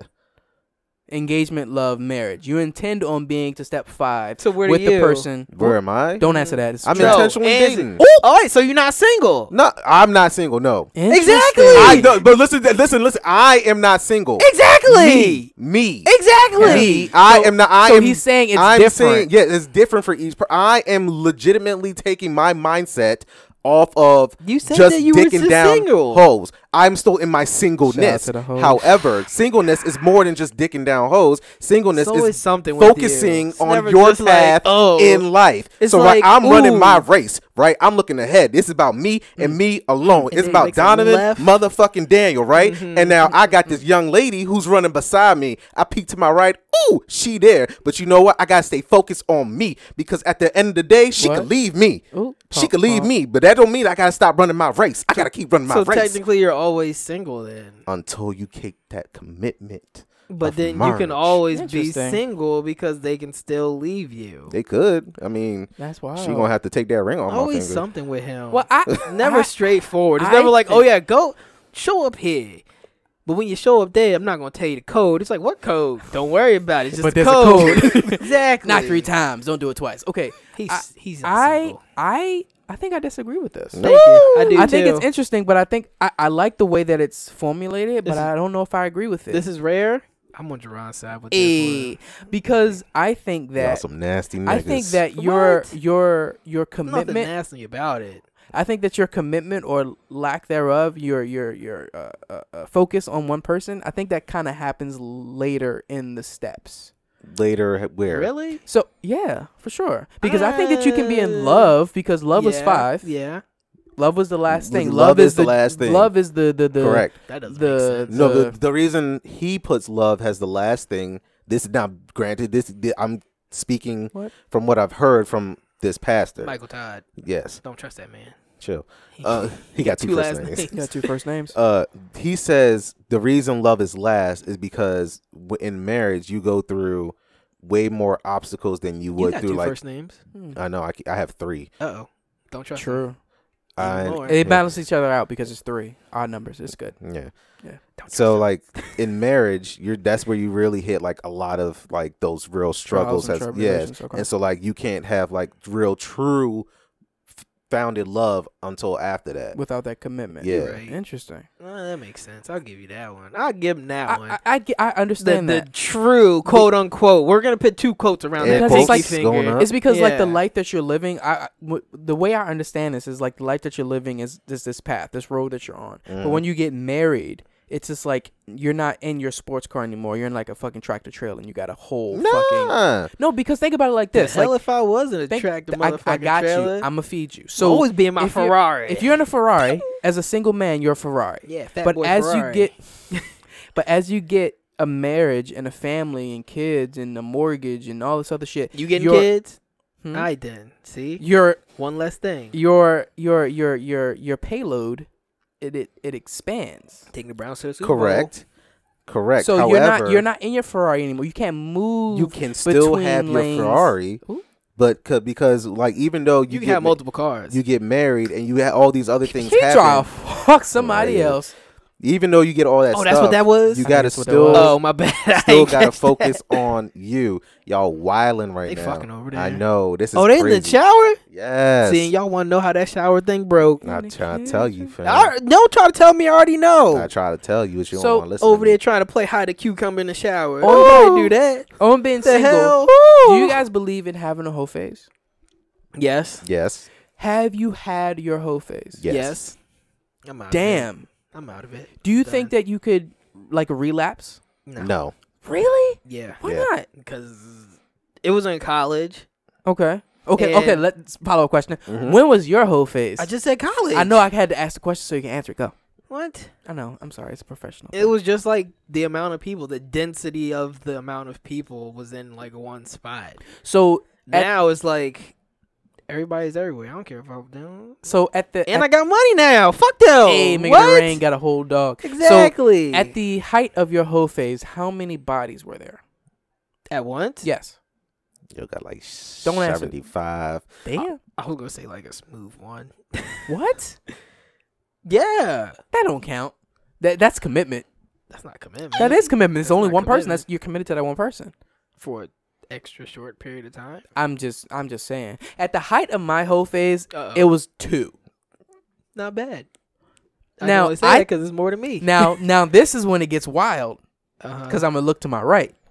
engagement, love, marriage. You intend on being to step five So where do with the you- person. where am I? Don't answer that. It's I'm true. No, intentionally and- dating. Ooh, all right, so you're not single. No, I'm not single. No, Interesting. Exactly. I don't, but listen, listen, listen. I am not single. Exactly. Me, Exactly. me. I So- am not. I so am. he's saying it's I'm different. Saying, yeah, it's different for each. Per- I am legitimately taking my mindset off of You said just that you were dicking just down single. hoes. I'm still in my singleness. to the hoes. However, singleness is more than just dicking down hoes. Singleness It's is always something with you. focusing It's on never your just like, path oh. in life. It's so right, like, I'm running ooh. Mm. my race. Right, I'm looking ahead. This is about me and me alone. And it's then about makes a Donovan, left. motherfucking Daniel. Right, Mm-hmm, and now I got this young lady who's running beside me. I peek to my right. Ooh, she there. But you know what? I gotta stay focused on me because at the end of the day, she What? could leave me. Ooh, she pump, could leave pump. me, but that don't mean I gotta stop running my race. I gotta keep running my So race technically, you're always single then. until you take that commitment. But of then you marriage. can always be Interesting. single because they can still leave you. They could. I mean, That's wild. she gonna have to take that ring off my always finger. something with him. Well, I never I- straightforward. It's I never like, oh think- yeah, go show up here. But when you show up there, I'm not gonna tell you the code. It's like what code? Don't worry about it. It's just But a there's a code. code. exactly. Not three times. Don't do it twice. Okay. He's I- he's I single. I I think I disagree with this. No. Thank you. I do I think too. it's interesting, but I think I, I like the way that it's formulated, but This is- I don't know if I agree with it. This is rare. I'm on Jerron's side with this Eh, one. because I think Y'all that some nasty niggas. I think that your What? your your Nothing commitment nasty about it. I think that your commitment or lack thereof, your your your uh, uh, uh, focus on one person, I think that kind of happens later in the steps. later ha- where Really? So yeah, for sure. Because I think that you can be Uh, in love because love was Yeah, five. Yeah. Love was the last L- thing. love Love, is is, the last thing. Love is the the, the correct. That doesn't The- make sense. No, the- the, the reason he puts love as the last thing. This now, granted, this th- I'm speaking What? from what I've heard from this pastor. Michael Todd. yes, Don't trust that man. chill. Uh, he got two, Two first last names. names. You got two first names. Uh, he says the reason love is last is because w- in marriage you go through way more obstacles than you You would got through two like. first names. Hmm. I know I, c- I have three. Uh oh. Don't trust. him. True. I, Lord. They yeah. balance each other out because it's three odd numbers. It's good. Yeah. Yeah. So like in marriage, you're that's where you really hit like a lot of like those real struggles and as yeah. tribulations, okay. And so like you can't have like real true f- founded love until after that. Without that commitment. Yeah. Right. Interesting. Well, that makes sense. I'll give you that one. I'll give him that I, one. I, I, get- I the, understand the that. true quote unquote. We're gonna put two quotes around Air that quotes pinky going finger. up. It's because like the Yeah. life that you're living. I, I- w- the way I understand this is like the life that you're living is this this path, this road that you're on. But when you get married, it's just like you're not in your sports car anymore. You're in like a fucking tractor trailer, and you got a whole fucking Nah. no. Because think about it like this. the hell like, if I was an think- attractive I, motherfucker I got trailer. Oh, you. I'm I'm gonna feed you. So so always be in my if you're- Ferrari. If you're in a Ferrari, as a single man, you're a Ferrari. yeah, fat but boy as Ferrari. you get, but as you get a marriage and a family and kids and a mortgage and all this other shit, you getting your- kids. hmm? I then see your one less thing. your your your your your payload, it it, it expands. Taking the brown suit. Correct. Correct. So However, you're not you're not in your Ferrari anymore. You can't move. you can still have between your lanes. Ferrari, Ooh. but c- because like even though you, You, can get have ma- multiple cars. you get married and you have all these other things He happen. try to fuck somebody Right. else. Even though you get all that Oh, stuff, that's what that was? You I think gotta that's what that still, was. Oh my bad. I still ain't gotta catch focus that. on you. Y'all wilding right They now. fucking over I there. know this is. Oh, they crazy. in the shower. Yes. Seeing y'all want to know how that shower thing broke. I try to tell you, fam. I, don't try to tell me. I already I know. try to tell you, but you So, don't want to listen. Over to there trying to play hide the cucumber in the shower. Oh. Oh, do that. On being The single, hell. do you guys believe in having a whole phase? Yes. Me. Yes. Have you had your whole phase? Yes. Yes. I'm out. Of Damn. it. I'm out of it. Do you Done. think that you could like relapse? No. No. Really? Yeah. Why Yeah. not? Because it was in college. Okay. Okay. okay. And- Mm-hmm. Let's follow a question. Mhm. When was your whole phase? I just said college. I know I had to ask the question so you can answer it. Go. What? I know. I'm sorry. It's professional. It was just like the amount of people, the density of the amount of people was in like one spot. so At- now it's like everybody's everywhere. I don't care if I'm down. so at the And I at, got money now. Fuck them. hey, make it what? rain got a whole dog. So, Exactly. at the height of your whole phase, how many bodies were there? at once. Yes. You got like Don't answer. seventy-five. Damn. I was gonna say like a smooth one. Uh, what? Yeah, That don't count. That that's commitment. that's not commitment. That is commitment. It's That's only not one person. commitment. That's you're committed to that one person. for an extra short period of time. I'm just I'm just saying. At the height of my whole phase, Uh-oh. it was two. Not bad. Now, I only say I- that because it's more to me. Uh-huh. Now now this is when it gets wild because because I'm gonna look to my right.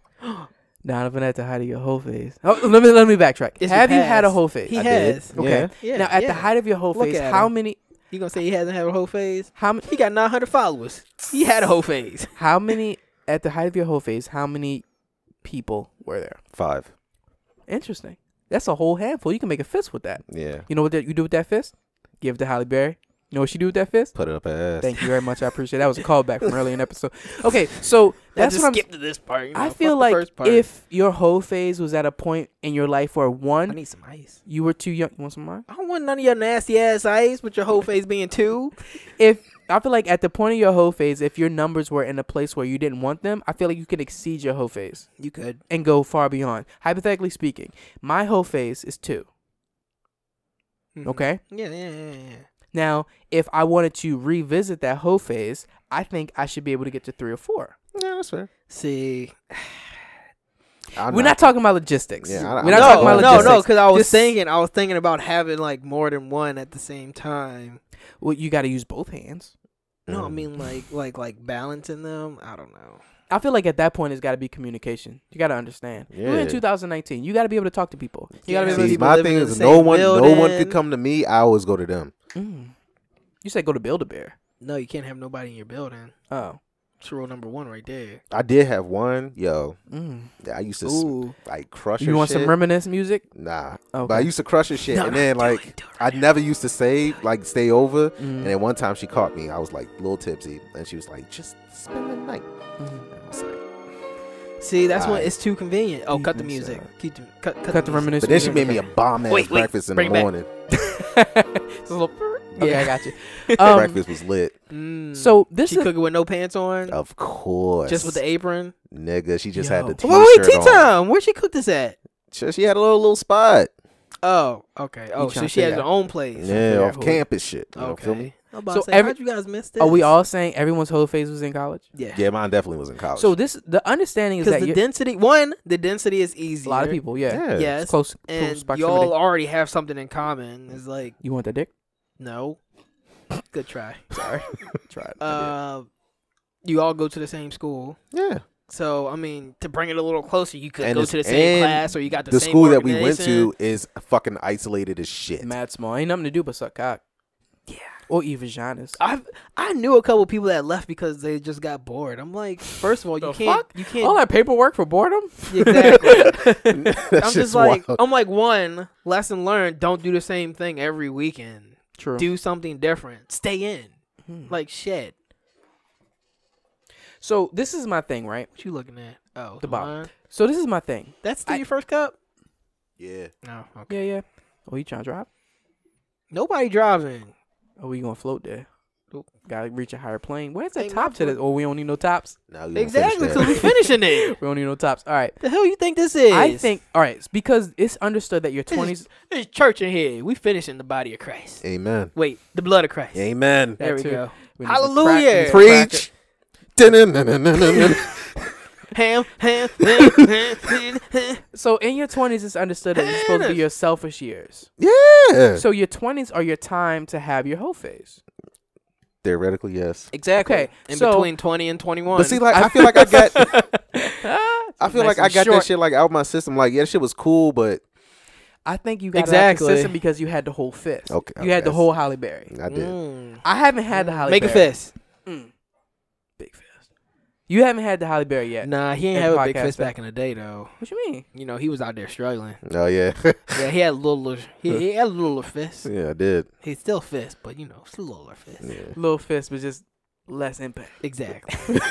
Donovan at the height of your whole phase. Oh, let me let me backtrack. It's your Have you had a past. whole phase? he I did. has. Okay. Yeah. now at yeah. the height of your whole Look phase, at how him. many you gonna say he hasn't had a whole phase? how many He got 900 followers. He had a whole phase. how many at the height of your whole phase? How many people were there? Five. Interesting. That's a whole handful. You can make a fist with that. Yeah. You know what that you do with that fist? Give it to Halle Berry. You know what she do with that fist? Put it up her ass. Thank you very much. I appreciate it. That was a callback from earlier in the episode. Okay, so that's just what I'm skip to this part. you know, I fuck feel the like first part. if your whole phase was at a point in your life where I one, need some ice. you were too young. You want some more? I don't want none of your nasty ass ice with your whole face being two. If I feel like at the point of your whole phase, if your numbers were in a place where you didn't want them, I feel like you could exceed your whole phase You could. and go far beyond. Hypothetically speaking, my whole phase is two. Mhm. Okay. Yeah, yeah, yeah, yeah. Now, if I wanted to revisit that whole phase, I think I should be able to get to three or four. Yeah, that's fair. See, I'm We're not talking about logistics. Yeah, I- We're I'm not not- talking no, about no, logistics. no, because I was Just- thinking, I was thinking about having like more than one at the same time. Well, you got to use both hands. No, I Mm. mean like, like, like balancing them. I don't know. I feel like at that point it's got to be communication. You got to understand. We're in Yeah. 2019. You got to be able to talk to people. You got to Yeah. be See, able people my living thing in the is no same one, no one building. could come to me. I always go to them. to. Mm. You said go to Build a Bear. No, you can't have nobody in your building. Oh. It's rule number one right there. I did have one, yo. Mm. I used to s- Ooh. like crush. You her want shit. some reminisce music? Nah, Okay. but I used to crush her shit, No, and no, then do Mm-hmm. it, like do it I right now. never used to save, like stay over. Mm. And then one time she caught me. I was like a little tipsy, and she was like, "Just spend the night." Mm. And I was like, See, that's when Alright. it's too convenient. Oh, cut the Mhm. music. Keep the, cut, cut, Cut the music. reminisce but then she music. made me a bomb ass Wait, wait, breakfast in bring it the back. morning. Just a little- Okay, I got you. Um, breakfast was lit, Mm. So this she is. cooking with no pants on, of course. just with the apron. nigga, she just had Yo. the Wait, t-shirt Wait, wait, tea on. time. Where she cooked this at? She, she had a little little spot. Oh, okay. Oh, trying so to she has figure her own place. Yeah, figure out off who- campus shit. You know, Okay. feel me? I'm about So to say, every- how'd you guys miss this? Are we all saying everyone's whole phase was in college? Yeah. Yeah, mine definitely was in college. So this the understanding is Because that the you're- density, one, the density is a easy. lot of people, yeah, yeah, it's Yes. close, close and proximity. y'all already have something in common. It's like, you want that dick? no. Good try. Sorry, tried. Uh, you all go to the same school. yeah. So, I mean, to bring it a little closer, you could And go it's- to the same and class or you got the, The same school that we went organization. to is fucking isolated as shit. Mad small, ain't nothing to do but suck cock Yeah. or eat vaginas. I've, I knew a couple people that left because they just got bored. I'm like, first of all, you The can't. fuck? You can't. All that paperwork for boredom. Exactly. That's I'm just like, oh. I'm like, one, lesson learned, don't do the same thing every weekend. True. Do something different. Stay in. Hmm. Like, shit. So this is my thing, right? What you looking at? Oh, The bottom. mine? So this is my thing. That's still I- your first cup? yeah. No. Okay. Yeah, yeah. Oh, you trying to drive? Nobody driving. Oh, we gonna float there? Nope. Gotta reach a higher plane. Where's that Ain't top to nothing. this? Oh, we don't need no tops. Now you Exactly. Finish that. Because we finishing it. We don't need no tops. All right. The hell you think this is? I think all right it's because it's understood that your This is- twenties. there's church in here. We finishing the body of Christ. Amen. Wait, the blood of Christ. Amen. there we That too. go. We need some crack, Hallelujah. we need some crack. Preach. Da-na-na-na-na-na-na. Ham, ham, ham, ham, ham, ham. So in your twenties, it's understood that it's supposed to be your selfish years. yeah. So your twenties are your time to have your whole phase. Theoretically, yes. Exactly. Okay, In so- between 20 and 21. But see, like I feel like I got, I feel ah, Nice like I and got short. that shit like out my system. Like, yeah, that shit was cool, but I think you got exactly. Exactly. consistent because you had the whole fist. Okay, You had the okay. whole Holly Berry. I did. Mm. I haven't had the Holly Make a Berry. fist. Mm. Big fist. You haven't had the Holly Berry yet. Nah, he And ain't have a big podcast fist that. back in the day though. What you mean? You know, he was out there struggling. Oh yeah, Yeah, he had a little, he, he had a little fist. yeah, I did. He's still fist, but you know, it's a littler fist. Yeah. Little fist was just less impact. Exactly. So-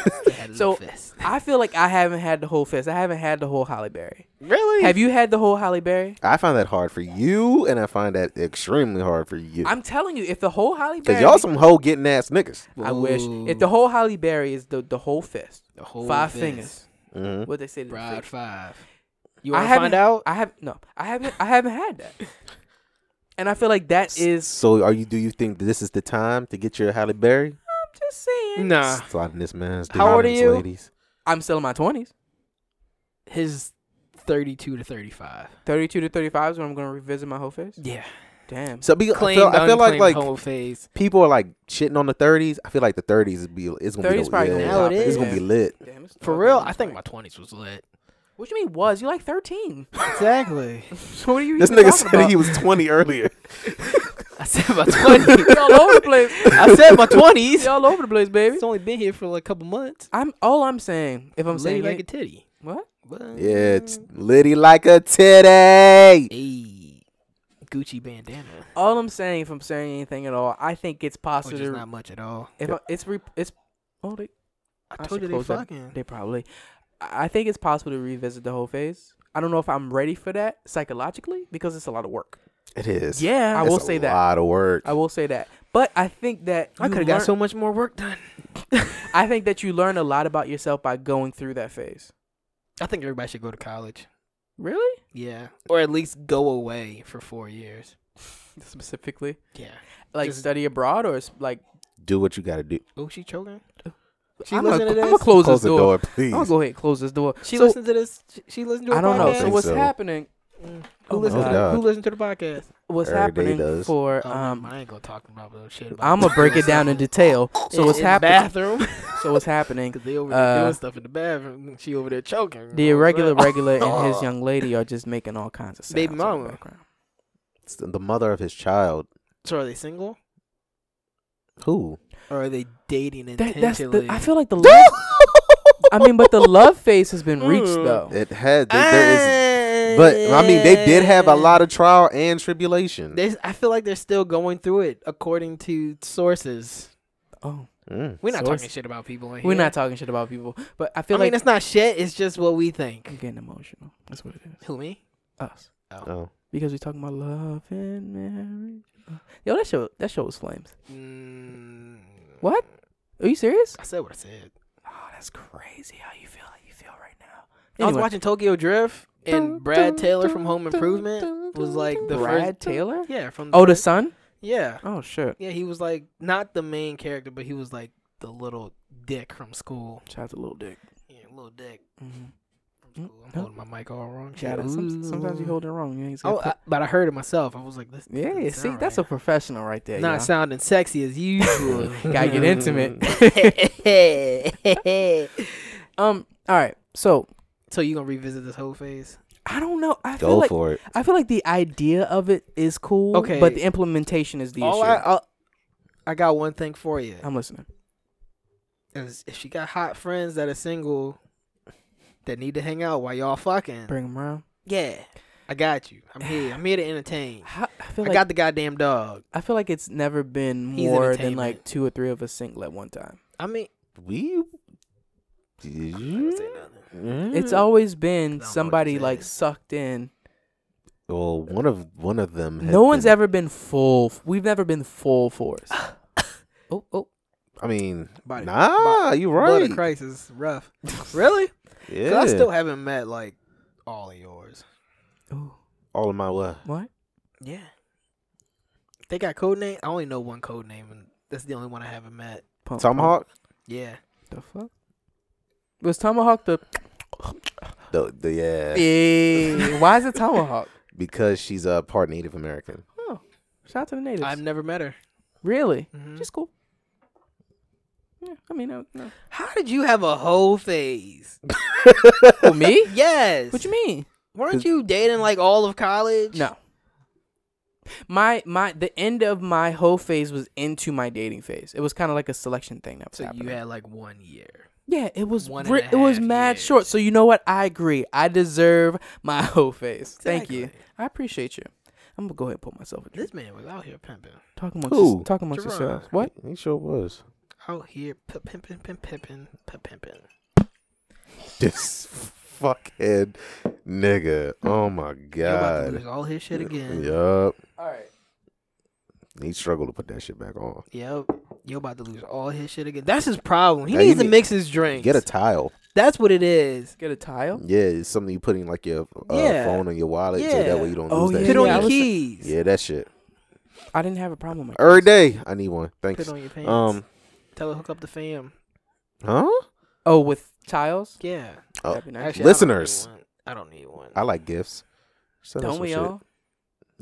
so, fist. I feel like I haven't had the whole fist. I haven't had the whole Holly Berry. really? Have you had the whole Holly Berry? I find that hard for you, and I find that extremely hard for you. I'm telling you, if the whole Holly Berry, Cause y'all some hoe getting ass niggas. I wish if the whole Holly Berry is the the whole fist, The whole five fist. fingers. hmm What they say, to the Broad fist. five. You I want to haven't- find out? I have no, I haven't, I haven't had that. And I feel like that is So, are you? Do you think this is the time to get your Halle Berry? just saying. Nah. Sliding this man's How old are DMs, you? ladies? I'm still in my twenties. His 32 to 35. Thirty-two to thirty-five is when I'm gonna revisit my whole face. Yeah. Damn. So, be, I Claimed, feel, I feel like like whole phase. people are like shitting on the thirties. I feel like the thirties would be it's gonna 30s be probably gonna yeah, Now it be is. It's gonna be lit. Damn, it's For okay, real, I'm I think my sorry. 20s was lit. What you mean was? You're like thirteen. Exactly. what are you? This even nigga talking said about? he was twenty earlier. I said my 20s. You're all over the place. I said my 20s. You're all over the place, baby. It's only been here for like a couple months. I'm all I'm saying. If I'm Lady saying like a it, titty. what? Yeah, it's litty like a titty. Ayy. Gucci bandana. All I'm saying, if I'm saying anything at all, I think it's possible. Which is Oh, not much at all. if I, it's re, it's oh they I I told should you they close that- fucking. they probably. I I think it's possible to revisit the whole phase. I don't know if I'm ready for that psychologically because it's a lot of work. It is. Yeah, I It's will a say that. lot of work. I will say that. But I think that I you could have got learn- so much more work done. I think that you learn a lot about yourself by going through that phase. I think everybody should go to college. Really? Yeah. Or at least go away for four years. Specifically, Yeah. like Just- study abroad or s- like do what you gotta do. Oh, she choking? She I'm gonna, listening to I'm gonna this? close, Close this the door. door, I'm please. gonna go ahead and close this door. She So- listens to this. She- She listens to. a I don't know. podcast? So think what's so. happening? Mm. Oh Who listens? my to, God. who listens to the podcast? What's Every day happening does. for Oh, um? I ain't gonna talk about those shit. About I'm gonna break it down in detail. So what's happening? Bathroom. So what's happening? Cause they over there Uh, doing stuff in the bathroom. She over there choking. you The know what I'm irregular saying? regular and his young lady are just making all kinds of sounds. Baby in the mama. background. It's the mother of his child. So are they single Who? or are they dating That, that's intentionally? the, I feel like the love. I mean, but the love phase has been reached Mm. though. It had. There, there is, Ah. but I mean, they did have a lot of trial and tribulation. There's, I feel like they're still going through it, according to sources. Oh, Mm. We're not Source- talking shit about people. In we're here. not talking shit about people, but I I feel like mean, it's not shit. It's just what we I'm think. getting emotional. That's what it is. Who me? Us, Oh. because we talking about love and marriage. Yo, that show that show was flames. Mm, What? Are you serious? I said what I said. Oh, that's crazy how you feel like you feel right now. I was watching Tokyo Drift, and Brad Taylor from Home Improvement was like the Brad first. Taylor? Yeah, from Oh, the first- son? Yeah, Oh shit. yeah. He was like not the main character, but he was like the little dick from school. Shout out to Little Dick. Yeah, little dick hmm from school. I'm Huh? holding my mic all wrong. oh. Yeah, that's some, sometimes you Ooh. hold it wrong. You ain't Oh, gotta I, but I heard it myself. I was like, this. put- yeah, doesn't see, sound that's right. a professional right there. not y'all. sounding sexy as usual. Gotta get intimate. um. All right. So so you gonna revisit this whole phase? I don't know. I feel Go like for it. I feel like the idea of it is cool. Okay. But the implementation is the All issue. I, I, I got one thing for you. I'm listening. Is if she got hot friends that are single that need to hang out while y'all fucking, Bring them around. yeah, I got you. I'm here. I'm here to entertain. How, I feel I like got the goddamn dog. I feel like it's never been He's more than entertainment. like two or three of us single at one time. I mean, We. Did you? Mm-hmm. Mm. It's always been know what you somebody like said. sucked in. Well, one of one of them. has No one's been- ever been full. We've never been full force. oh, oh. I mean, Body- nah, you Blood right. of Christ is rough. really? 'Cause yeah. I still haven't met like all of yours. Ooh. all of my what? What? Yeah. They got code name. I only know one code name, and that's the only one I haven't met. Pump, Tomahawk? Yeah. Pump. The fuck? Was Tomahawk the? The, the, yeah. Yeah. eh, Why is it Tomahawk? Because she's a part Native American. Oh, shout out to the natives. I've never met her. really? Mhm. She's cool. Yeah, I mean, no. no. How did you have a whole phase? Who, me? Yes. What you mean? Weren't you dating like all of college? No. My my the end of my whole phase was into my dating phase. It was kind of like a selection thing that was So happening. you had like one year. yeah, it was one ri- and it a was half mad years. short. So you know what? I agree. I deserve my whole phase. Thank you. Exactly. I appreciate you. I'm gonna go ahead and pull myself a drink. This man was out here pimping. Talk amongst Who? your, talk amongst Gerard. yourselves. What? He sure was. Out here p- pimping, pimp, pimping, pimp, pimping. This fuckhead nigga. Oh my You about to god. lose all his shit again. Yup. All right. He struggled to put that shit back on. Yep. You're about to lose all his shit again. That's his problem. He Now you needs to need- mix his drinks. Get a tile. That's what it is. Get a tile. Yeah, it's something you put in like your uh, Yeah. phone or your wallet so Yeah. that way you don't Oh, lose that yeah. Put shit. on I your was- keys. Yeah, that shit. I didn't have a problem with Every day. I need one. Thanks. Put on your pants. Um, Tell her hook up the fam. huh? Oh, with tiles. Yeah. Oh, That'd be nice. Actually, I don't need listeners. one. I don't need one. I like gifts. Send us Don't some we shit. all?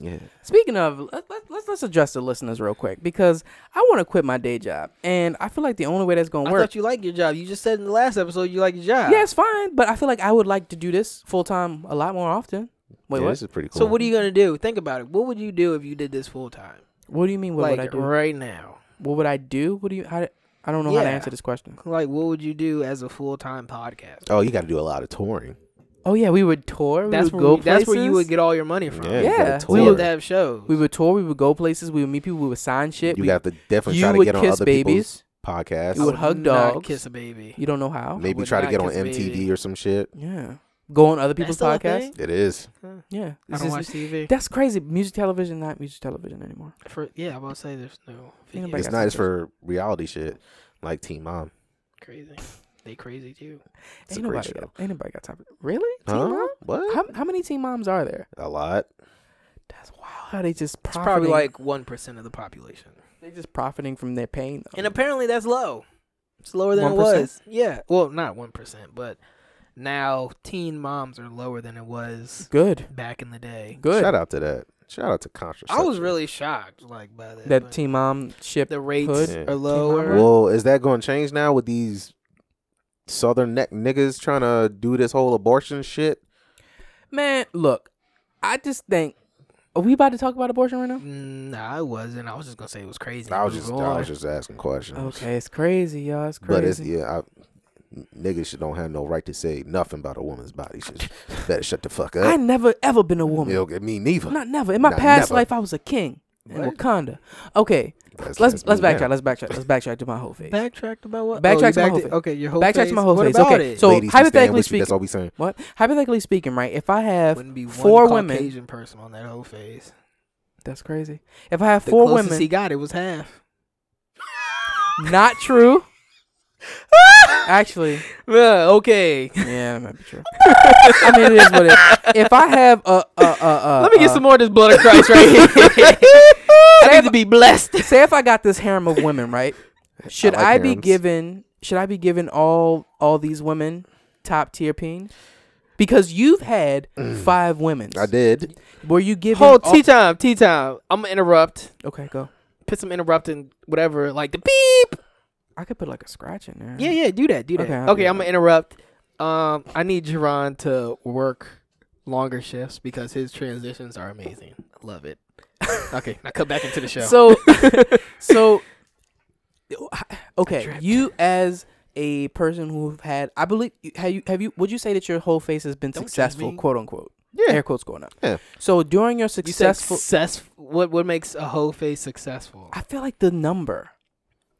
Yeah. Speaking of, let, let, let's let's address the listeners real quick because I want to quit my day job, and I feel like the only way that's gonna I work. thought you liked your job. You just said in the last episode you like your job. yeah, it's fine, but I feel like I would like to do this full time a lot more often. Wait, yeah, what? This is pretty cool. So what are you gonna do? Think about it. What would you do if you did this full time? What do you mean? What Like would I do? right now. What would I do? What do you? How, I don't know how to Yeah. answer this question. Like what would you do as a full time podcast? Oh, you got to do a lot of touring. Oh yeah, we would tour. We That's would where go we- that's where you places. would get all your money from. Yeah, Yeah, yeah. We we Tour. would have shows. We would tour. We would go places. We would meet people. We would sign shit. you we, got to definitely you try to would get on kiss other people's babies. podcasts. You would hug not dogs. kiss a baby. You don't know how. Maybe would try to not get on kiss a MTV baby. or some shit. Yeah, go on other people's still a podcasts. thing? It is. Yeah, I This don't is- watch TV. That's crazy. Music television, not music television anymore. For, yeah, I'm about to say there's no. Think video. about It's I not. see It's for reality shit, like Team Mom. crazy. They crazy too. It's ain't a great nobody show. got ain't nobody got time. For really? Teen Huh? mom? What? How, how many teen moms are there? A lot. That's wild. How they just It's profiting, probably like one percent of the population, they just profiting from their pain. though. and apparently that's low. It's lower than it 1%? was. Yeah. Well, not one percent, but now teen moms are lower than it was good, back in the day. good. Shout out to that. Shout out to contraception. I was really shocked, like by that. That but teen mom ship. the rates hood. Yeah. are lower. mama? Well, is that going to change now with these southern neck niggas trying to do this whole abortion shit? Man, look, I just think. Are we about to talk about abortion right now? Mm, nah, I wasn't. I was just gonna say it was crazy. I was Move just, on. I was just asking questions. Okay, it's crazy, y'all. It's crazy. But it's yeah, I, niggas should don't have no right to say nothing about a woman's body. Should better shut the fuck I up. never ever been a woman. You'll get me neither. Not never. In my Not past never. life, I was a king in What? Wakanda. Okay, That's- let's that's let's me backtrack. now. Let's backtrack. Let's backtrack to my whole face. Backtracked about what? Backtracked Oh, you to my whole backed- face. Okay, your whole Backtrack face. to my whole what face. About Okay, it? so Ladies, we stand hypothetically with you. that's speaking, all we saying. what? Hypothetically speaking, right? If I have wouldn't be one four women- Caucasian person on that whole face. That's crazy. If I have The four closest women, he got it was half. not true. Actually, Yeah, okay. yeah, that might be true. I mean, it is what it. If I have a, a, a, a Let me get a- some more of this blood of Christ right here. I need to be blessed. Say if I got this harem of women, right? Should like I, be harems. given? Should I be given all all these women top tier peen? Because you've had five women. I did. Were you given? Hold all- tea time, tea time. I'm gonna interrupt. okay, go. Put some interrupting, whatever, like the beep. I could put like a scratch in there. Yeah, yeah, do that, do that. Okay, Okay, I'll do I'm gonna interrupt. Um, I need Jerron to work longer shifts because his transitions are amazing. I love it. okay, now cut back into the show. So, so, okay. You as a person who've had, I believe, have you, have you, would you say that your whole face has been Don't judge successful, me. quote unquote? Yeah. Air quotes going up. Yeah. So during your you said successful, successful. What what makes a whole face successful? I feel like the number.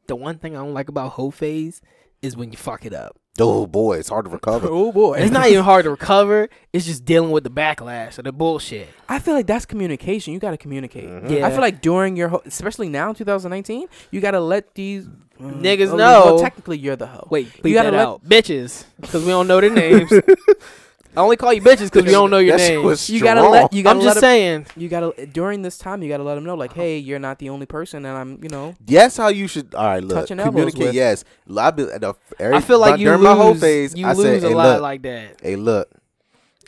the one thing I don't like about whole phase is when you fuck it up. Oh boy, it's hard to recover. Oh boy, It's not even hard to recover. It's just dealing with the backlash or the bullshit. I feel like that's communication. You got to communicate. Mm, Mm-hmm. Yeah. I feel like during your, whole, especially now in 2019, you got to let these Mm, Niggas well, know. technically, you're the hoe. Wait, you you gotta gotta let- out. bitches because we don't know their names. I only call you bitches because we don't know your That shit name. was You gotta strong. let you gotta I'm let just 'em- saying. you gotta during this time you gotta let them know Uh-huh. like hey you're not the only person and I'm you know Yes, how you should. All right, look, Touching elbows communicate. with. Yes, I, be, the, every, I feel like you during lose. my whole phase, you I lose said, a "Hey, lot look, like that. hey, look,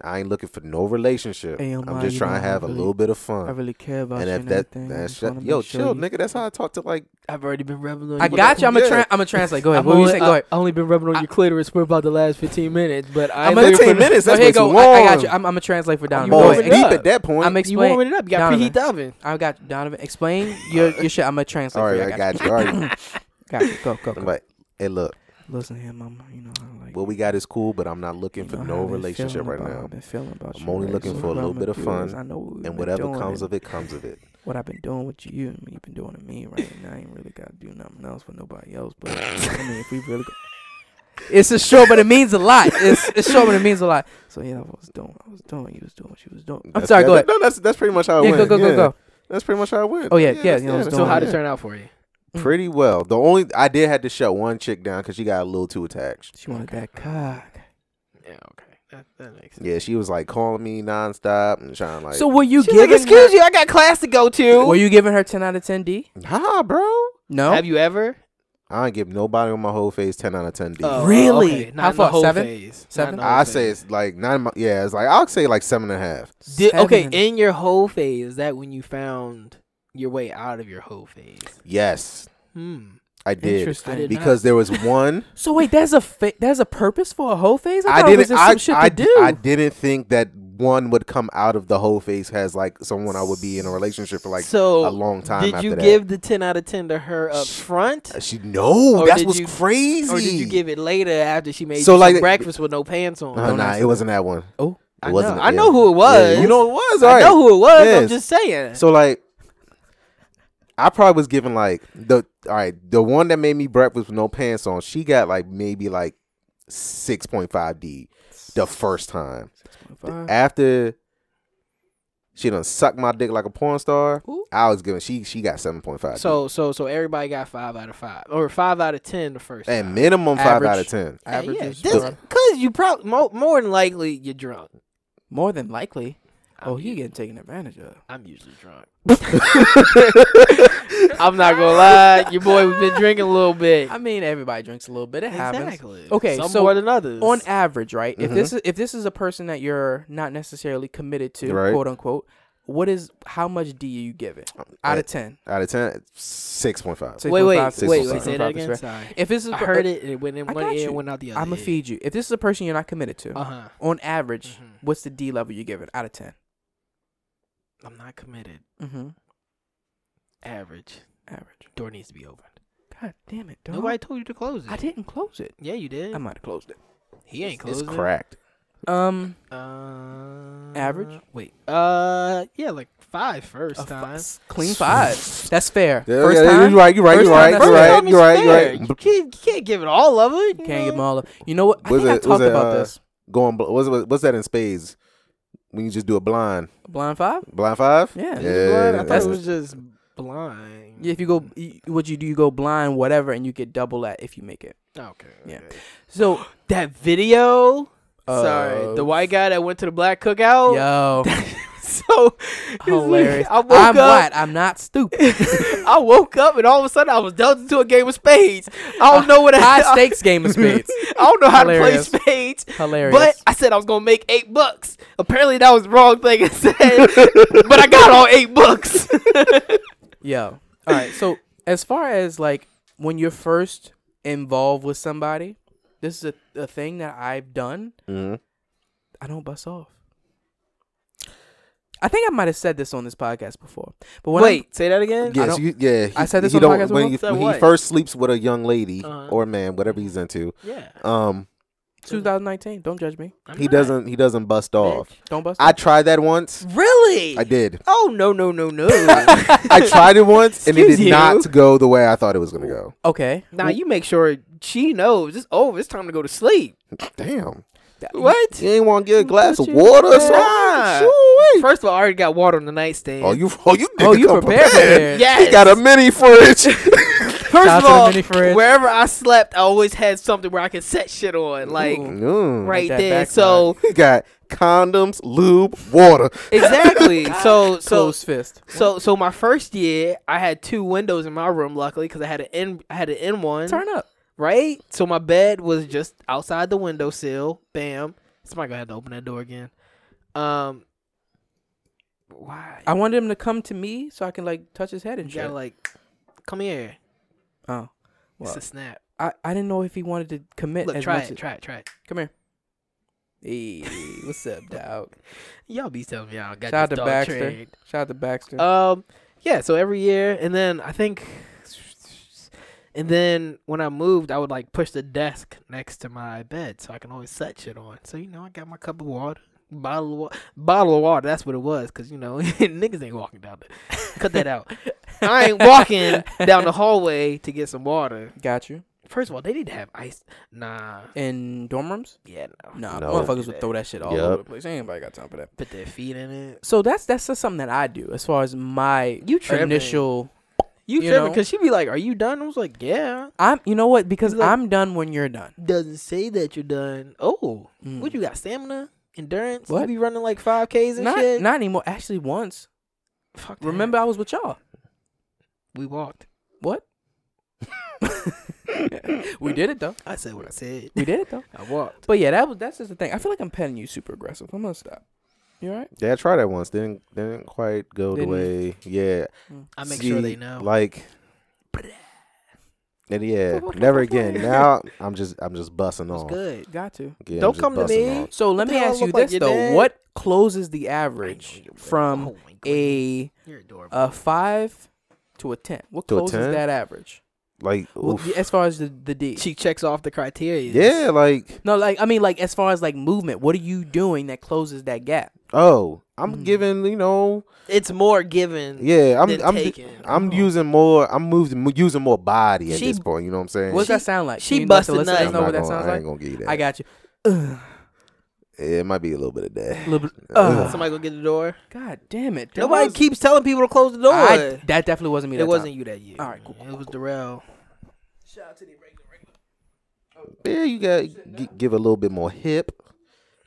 I ain't looking for no relationship. Hey, yo, I'm Ma, just you trying know, to I have a really- little bit of I fun." really care about Uh, And you if and that everything. I that's just wanna shit- yo, make sure chill, you- nigga. That's how I talk to like. I've already been rubbing on. I your- got you I'm Yeah. gonna tra- I'm gonna translate go ahead I've what were you only, saying go ahead I- only been rubbing on I- your clitoris for about the last 15 minutes, but I I'm ain't a- looking for 15 no- minutes. No, That's here you what's go long. I, I got you I'm, I'm gonna translate for Donovan you go Balls warming ahead. it oh, deep up. at that point. I'm You explain warming it up. You got Donovan. preheat the oven. I got Donovan explain your your shit I'm gonna translate all for right, you. I got you. All right, Got you. go go I'm go like, hey, look, listen here mama you know I like what we got is cool, but I'm not looking you for know no how I've been relationship feeling right about- now. I've been feeling about I'm you only looking so for a what little I'ma bit of do fun is I know what we've been And whatever doing comes and of it, comes of it. what I've been doing with you and you've been doing to me right now. I ain't really got to do nothing else for nobody else. But I mean, if we really go. It's a short, but it means a lot. It's it's short, but it means a lot. So yeah, I was doing, I was doing, you was doing, she was doing. I'm That's- sorry, go that- ahead. No, that's that's pretty much how it Yeah, go went. go go Yeah. go. That's pretty much how it went. Oh, yeah, yeah, that's- you know, it's that's So doing how how it did it turn went. out for you? Pretty well. The only I did have to shut one chick down because she got a little too attached. She wanted that cock. Yeah, okay, that, that makes sense. Yeah, she was like calling me nonstop and trying like, so were you She's giving? like, excuse her, you, I got class to go to. Were you giving her ten out of ten D? "Nah, bro, No. Have you ever? I ain't give nobody on my whole face ten out of ten D." I Oh, Really? okay. Not How in the far? whole Seven? phase. Not Seven? in the whole I say phase. it's like nine. of my- Yeah, it's like I'll say like seven and a half. Did, okay, Seven. in your whole phase, is that when you found your way out of your whole phase? Yes, Hmm. I did Interesting. I did because there was one. So wait, there's a fa- there's a purpose for a whole phase. I, I thought it was didn't. just I, some shit I, to do. I didn't think that one would come out of the whole face has like someone I would be in a relationship for like so a long time. Did after you that. give the ten out of ten to her up front, Uh, She no, Or that's did what's you- crazy. or did you give it later after she made So, you like, some breakfast with no pants on? Uh, Don't nah, answer it wasn't that one. Oh, it I know. wasn't. I yeah. know who it was. Yeah, you know who it was. All I right. know who it was. I'm Yes. just saying. So like, I probably was giving like the all right the one that made me breakfast with no pants on. She got like maybe like six point five D the first time. After she done sucked my dick like a porn star, Ooh. I was giving she she got seven point five. so so so everybody got five out of five or five out of ten the first. and time. minimum five out of Average. ten. Yeah, yeah, averages. this- Cause you probably more, more than likely you're drunk. More than likely. Oh, I'm he u- getting taken advantage of. I'm usually drunk. I'm not gonna lie, your boy we've been drinking a little bit. I mean, everybody drinks a little bit. It happens. Exactly. Okay, Some so more than others. On average, right? If Mhm. this is if this is a person that you're not necessarily committed to, Right. quote unquote, what is how much do you give it out of ten? out of ten, six point oh five. So- wait, wait, 6.5, wait, wait. 6.5, Say that again. 6.5, oh Sorry. If this is I a per- heard it. It went in I one got ear you. and went out the other. I'ma feed Mm-hmm. you. If this is a person you're not committed to, Uh huh. on average, Mhm. what's the D level you give it out of 10 I'm not committed. Mm-hmm. Average. Average. Door needs to be opened. God damn it, dog. Nobody told you to close it. I didn't close it. Yeah, you did. I might have closed it. he ain't It's closed. cracked. Um, Uh, Average? Wait. Uh, yeah, like five first a fi- time. clean five. That's fair. Yeah, First yeah, time, you right, you right, First you time, right, that's you fair. right, you right, you fair. right. You can't, you can't give it all of it. you Can't give them know? all up. You know what? I Was think I it- was talked it, about uh, this. Going, bl- what's what's that in spades? When you just do a blind, Blind five? blind five. Yeah. You just blind? I thought that's- it was just blind. Yeah, if you go, y- what you do, you go blind, whatever, and you get double that if you make it. Okay. Yeah. okay. So, That video. uh, sorry, the white guy that went to the black Oh, cookout. yo, So hilarious. I woke up. I'm white. I'm not stupid. I woke up and all of a sudden I was dealt into a game of spades. I don't know what Uh, High stakes game of spades. I don't know how Hilarious. to play spades. Hilarious. But I said I was gonna make eight bucks. Apparently that was the wrong thing I said. but I got all eight bucks. yo, all right. So, as far as like when you're first involved with somebody, this is a, a thing that I've done. Mhm. I don't bust off. I think I might have said this on this podcast before, but when I'm- Wait, say that again. Yes, don't- you, yeah. I said this he on don't- podcast before? when, he, Said when he what? first sleeps with a young lady Uh-huh. or man, whatever he's into. Yeah, Um, 2019, don't judge me. I'm he not, doesn't. He doesn't bust bitch. off. Don't bust. I tried that once. Really? I did. Oh no no no no. I tried it once, and it did Excuse you. not go the way I thought it was gonna go. off. Okay. Now you make sure she knows it's over. It's time to go to sleep. Damn. What? You ain't want to get a glass What of you- water or something? Nah. Shoo-wee. First of all, I already got water on the nightstand. Oh, you. Oh, you. Oh, nigga you come prepared for prepared. that. yes. He got a mini fridge. First Shout out of to the all, mini fridge. wherever I slept, I always had something where I could set shit on, like Ooh. Mm. right that there. back So We got condoms, lube, water. exactly. so so Closed fist. so so my first year, I had two windows in my room, luckily, because I had an N, I had an N one, Turn up. right? So my bed was just outside the windowsill. Bam. Somebody gonna have to open that door again. Um, why? I wanted him to come to me so I can like touch his head and You shit. gotta like, come here. oh, It's Well, a snap. I I didn't know if he wanted to commit. Look, as try much it, as- try it, try it. Come here. Hey, what's up, dog? Y'all be telling me y'all got Shout out to this dog Baxter. trained. Shout out to Baxter. Um, yeah. So every year, and then I think, and then when I moved, I would like push the desk next to my bed so I can always set shit on. So you know, I got my cup of water, bottle of water, bottle of water. That's what it was, cause you know niggas ain't walking down the. Cut that out. I ain't walking down the hallway to get some water. Got you. First of all, they need to have ice. Nah, In dorm rooms? yeah, no. Nah, No. motherfuckers would throw that shit all Yup. over the place. Ain't nobody got time for that. Put their feet in it. So that's that's just something that I do as far as my You tripping. initial. You, You tripping? know. Cause she be like, "Are you done?" I was like, "Yeah." I'm you know what because You like- I'm done when you're done. Mm. doesn't say that you're done. Oh, what you got? Stamina, endurance. What? You be running like five Ks and Not shit. not anymore. Actually, once Fuck that. remember I was with y'all. we walked. What? we did it though. I said what I said. We did it though. I walked. But yeah, that was that's just the thing. I feel like I'm petting you super aggressive. I'm gonna stop. You alright? Yeah, I tried that once. Didn't didn't quite go Didn't. the way. Yeah, I make sure See, they know. Like, and yeah, never again. Now I'm just I'm just busting it's oh. off. good. Got to. Yeah, I'm Don't just come to busting me. off. So let the me hell ask look you like this your though: dad? What closes the I know average you would. from Oh my goodness. a you're adorable. a five to a ten? What To a closes 10? that average? Like, Well, oof. yeah, as far as the the D. she checks off the criteria. yeah, like No, like I mean, like as far as like movement, what are you doing that closes that gap? oh, I'm Hmm. Mm. giving you know, it's more given. yeah, I'm Then I'm taken. I'm Oh. using more. I'm moving using more body at She- this point. You know what I'm saying? What does She- that sound like? she Can you let the busted listeners nuts. I'm does Know not what that gonna- sounds I like? ain't gonna give you that. I got you. Ugh, Yeah, it might be a little bit of that. little bit- ugh. Somebody go get the door. God damn it! that Nobody was- keeps telling people to close the door. I- that definitely wasn't me. That it wasn't Time. you that year. All right, cool, cool, It was Darrell. Shout out to the regular, regular. Yeah, you got g- give a little bit more hip.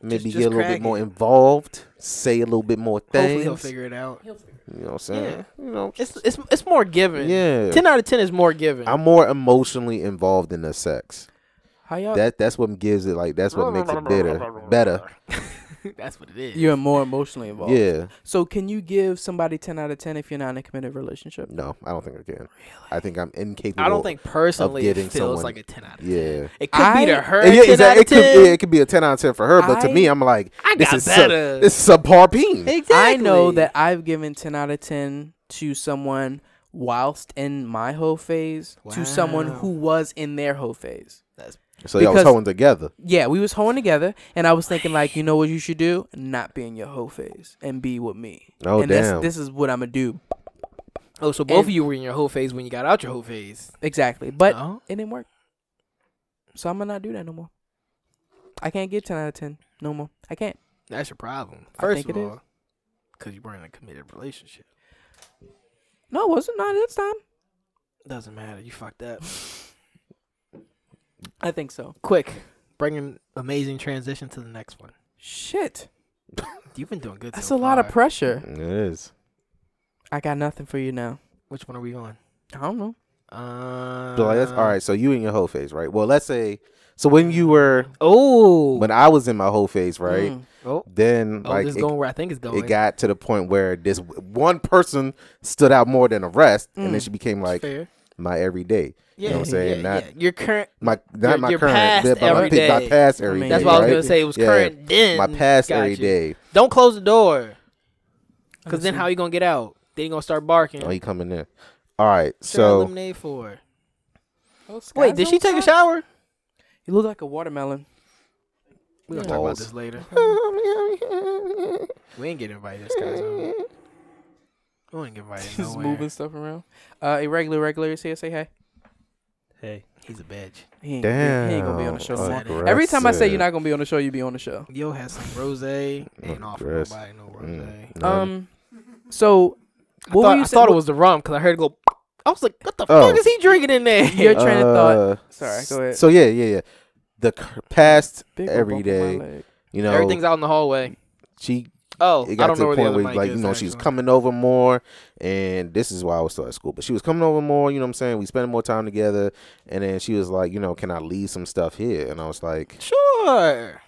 Maybe just get a little crack bit more it. involved. Say a little bit more Hopefully things. he'll figure it out. You know what I'm saying? You know, It's it's it's more given. yeah. Ten out of ten is more given. I'm more emotionally involved in the sex. How y'all? That that's what gives it like that's what makes it bitter, better. That's what it is. You're more emotionally involved. Yeah. So can you give somebody ten out of ten if you're not in a committed relationship? No, I don't think I can. I think I'm incapable. I don't think personally it giving feels someone- like a ten out of ten. Yeah. It could I- be to her And yeah, ten exactly. out It of ten. could, yeah, it could be a ten out of ten for her, but to I- me, I'm like, I this got is so, better. this is subpar peen. exactly. I know that I've given 10 out of 10 to someone whilst in my hoe phase to someone Wow. who was in their hoe phase. So y'all was Because- hoeing together. Yeah, we was hoeing together, and I was thinking like, you know what you should do? Not be in your hoe phase and be with me. Oh, and damn. This, this is what I'm gonna do Oh, so both And- Uh-huh. of you were in your whole phase when you got out your whole phase. exactly, but No? it didn't work. So I'm gonna not do that no more. I can't get 10 out of 10 no more. I can't. that's your problem. I First of think it is. all, because you were in a committed relationship. No, it wasn't not this time. Doesn't matter. You fucked up. I think so. Quick, bring an amazing transition to the next one. Shit, You've been doing good. that's so a lot of far. pressure. It is. I got nothing for you now. Which one are we on? I don't know. Uh, So like, that's all right. So you in your whole phase, right? Well, let's say so when you were Oh, when I was in my whole phase, right? Mm. oh, Then oh like this it, is going where I think it's going. it got to the point where this w- one person stood out more than the rest, and then Mm. she became It's like fair. my everyday. Yeah, know what I'm saying? Yeah, Not- yeah. Your current. My not Your- my your current, past but my, pe- my everyday. past I mean, everyday. That's Yeah, what I was right? gonna say. It was Yeah. current then. My past Got you. everyday. Don't close the door, cause then Understood. how you gonna get out? Then you gonna start barking. Oh, he coming in. All right, Should I so lemonade for. Oh, Wait, did she take a shot? shower? You look like a watermelon. We gonna talk about Balls. this later. We ain't getting invited. This guy's on. We ain't getting invited Just nowhere. moving stuff around. Uh, irregular regular is here. Say hey. Hey, he's a bitch. He ain't, he damn. ain't gonna be on the show. no more. aggressive. Every time I say you're not gonna be on the show, you be on the show. Yo has some rosé. Ain't offering Dress. nobody no rosé. Mm. Um, so I what thought, were you I sa- thought it what- was the rum because I heard it go. I was like, what the Oh. fuck is he drinking in there? Your train of thought. Uh, Sorry, s- go ahead. So yeah, yeah, yeah. The c- past Big old every bump on my day, leg. you know, Everything's out in the hallway. she Oh, it I got don't to know the where the point other where mic like is, you know she was actually. coming over more, and this is why I was still at school. But she was coming over more. You know what I'm saying? We spending more time together, and then she was like, you know, can I leave some stuff here? And I was like, Sure.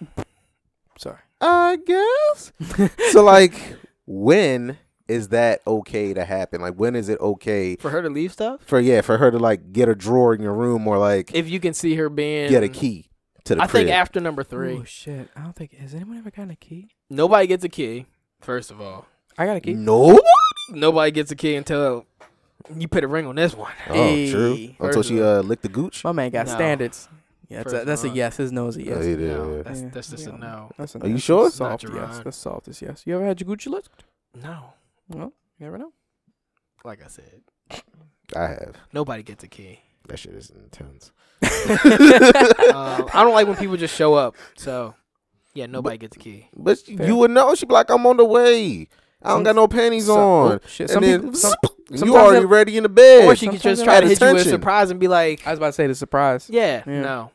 Sorry. I guess. so like, when is that okay to happen? Like, when is it okay For her to leave stuff? for yeah for her to like get a drawer in your room or like If you can see her being. get a key to the I crib? think after number three, Oh shit! I don't think has anyone ever gotten a key. nobody gets a key, first of all. I got a key. no. Oh, Nobody gets a key until you put a ring on this one. Oh, true. Hey, Until first she of uh licked the gooch. My man got No. standards. Yeah, that's a, First that's a one. yes. His nose is a Oh, yes. he did, No, yeah. that's, Yeah, that's just yeah. a no. That's a Are you that's a sure? Soft Not yes. Jerron. That's soft is yes. You ever had your Gucci licked? No. Well, you never know. Like I said, I have. nobody gets a key. That shit is intense. um, I don't like when people just show up. So, yeah, nobody gets a key. But she- Fair. you would know. She'd be like, I'm on the way. I don't Some- got no panties some- on. oh, shit. And Some then people- some- you sometimes already it- ready in the bed. Or she could sometimes just I try to hit you don't- with a Attention. surprise and be like, I was about to say the surprise. yeah, Yeah. no.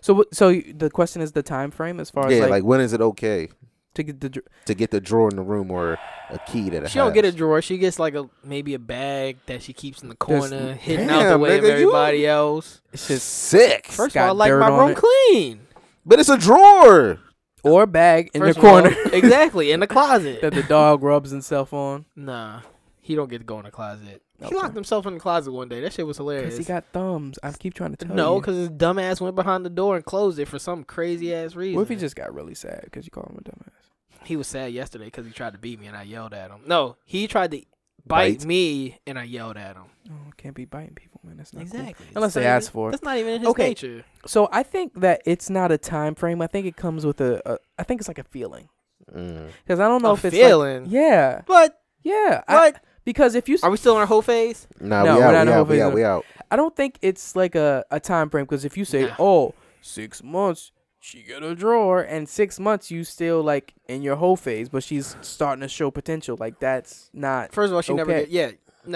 So what- so you- the question is the time frame as far yeah, as like, like, when is it okay to get the dr- to get the drawer in the room or a key to the She don't get a house? drawer. She gets like a maybe a bag that she keeps in the There's- corner, hidden out the Damn, way of nigga, you- everybody else. it's just sick. First got of all, I like dirt my on room it. clean. But it's a drawer. or bag in First the of all- corner exactly in the closet. that the dog rubs himself on Nah, he don't get to go in the closet. Okay. He locked himself in the closet one day. That shit was because hilarious. he got thumbs. I keep trying to tell no, you. because his dumbass went behind the door and closed it for some crazy ass reason. what if he just got really sad because you call him a dumbass? He was sad yesterday because he tried to beat me and I yelled at him. No, he tried to bite, Bite? me and I yelled at him. Oh, can't be biting people, man. That's not cool. It's Unless they not even- ask for it. That's not even in his Okay. nature. So I think that it's not a time frame. I think it comes with a. a I think it's like a feeling Mm. because I don't know A if it's feeling. Like, yeah, But yeah. I- what? because if you, s- Are we still in our whole phase? Nah, No, we we're out. not We in out. We Hellfest, out. We out. I don't think it's like a a time frame. Because if you say, Nah. oh, six months. She get a drawer, and six months you still like in your whole phase, but she's starting to show potential. Like that's not. First of all, she never Okay. get. Yeah,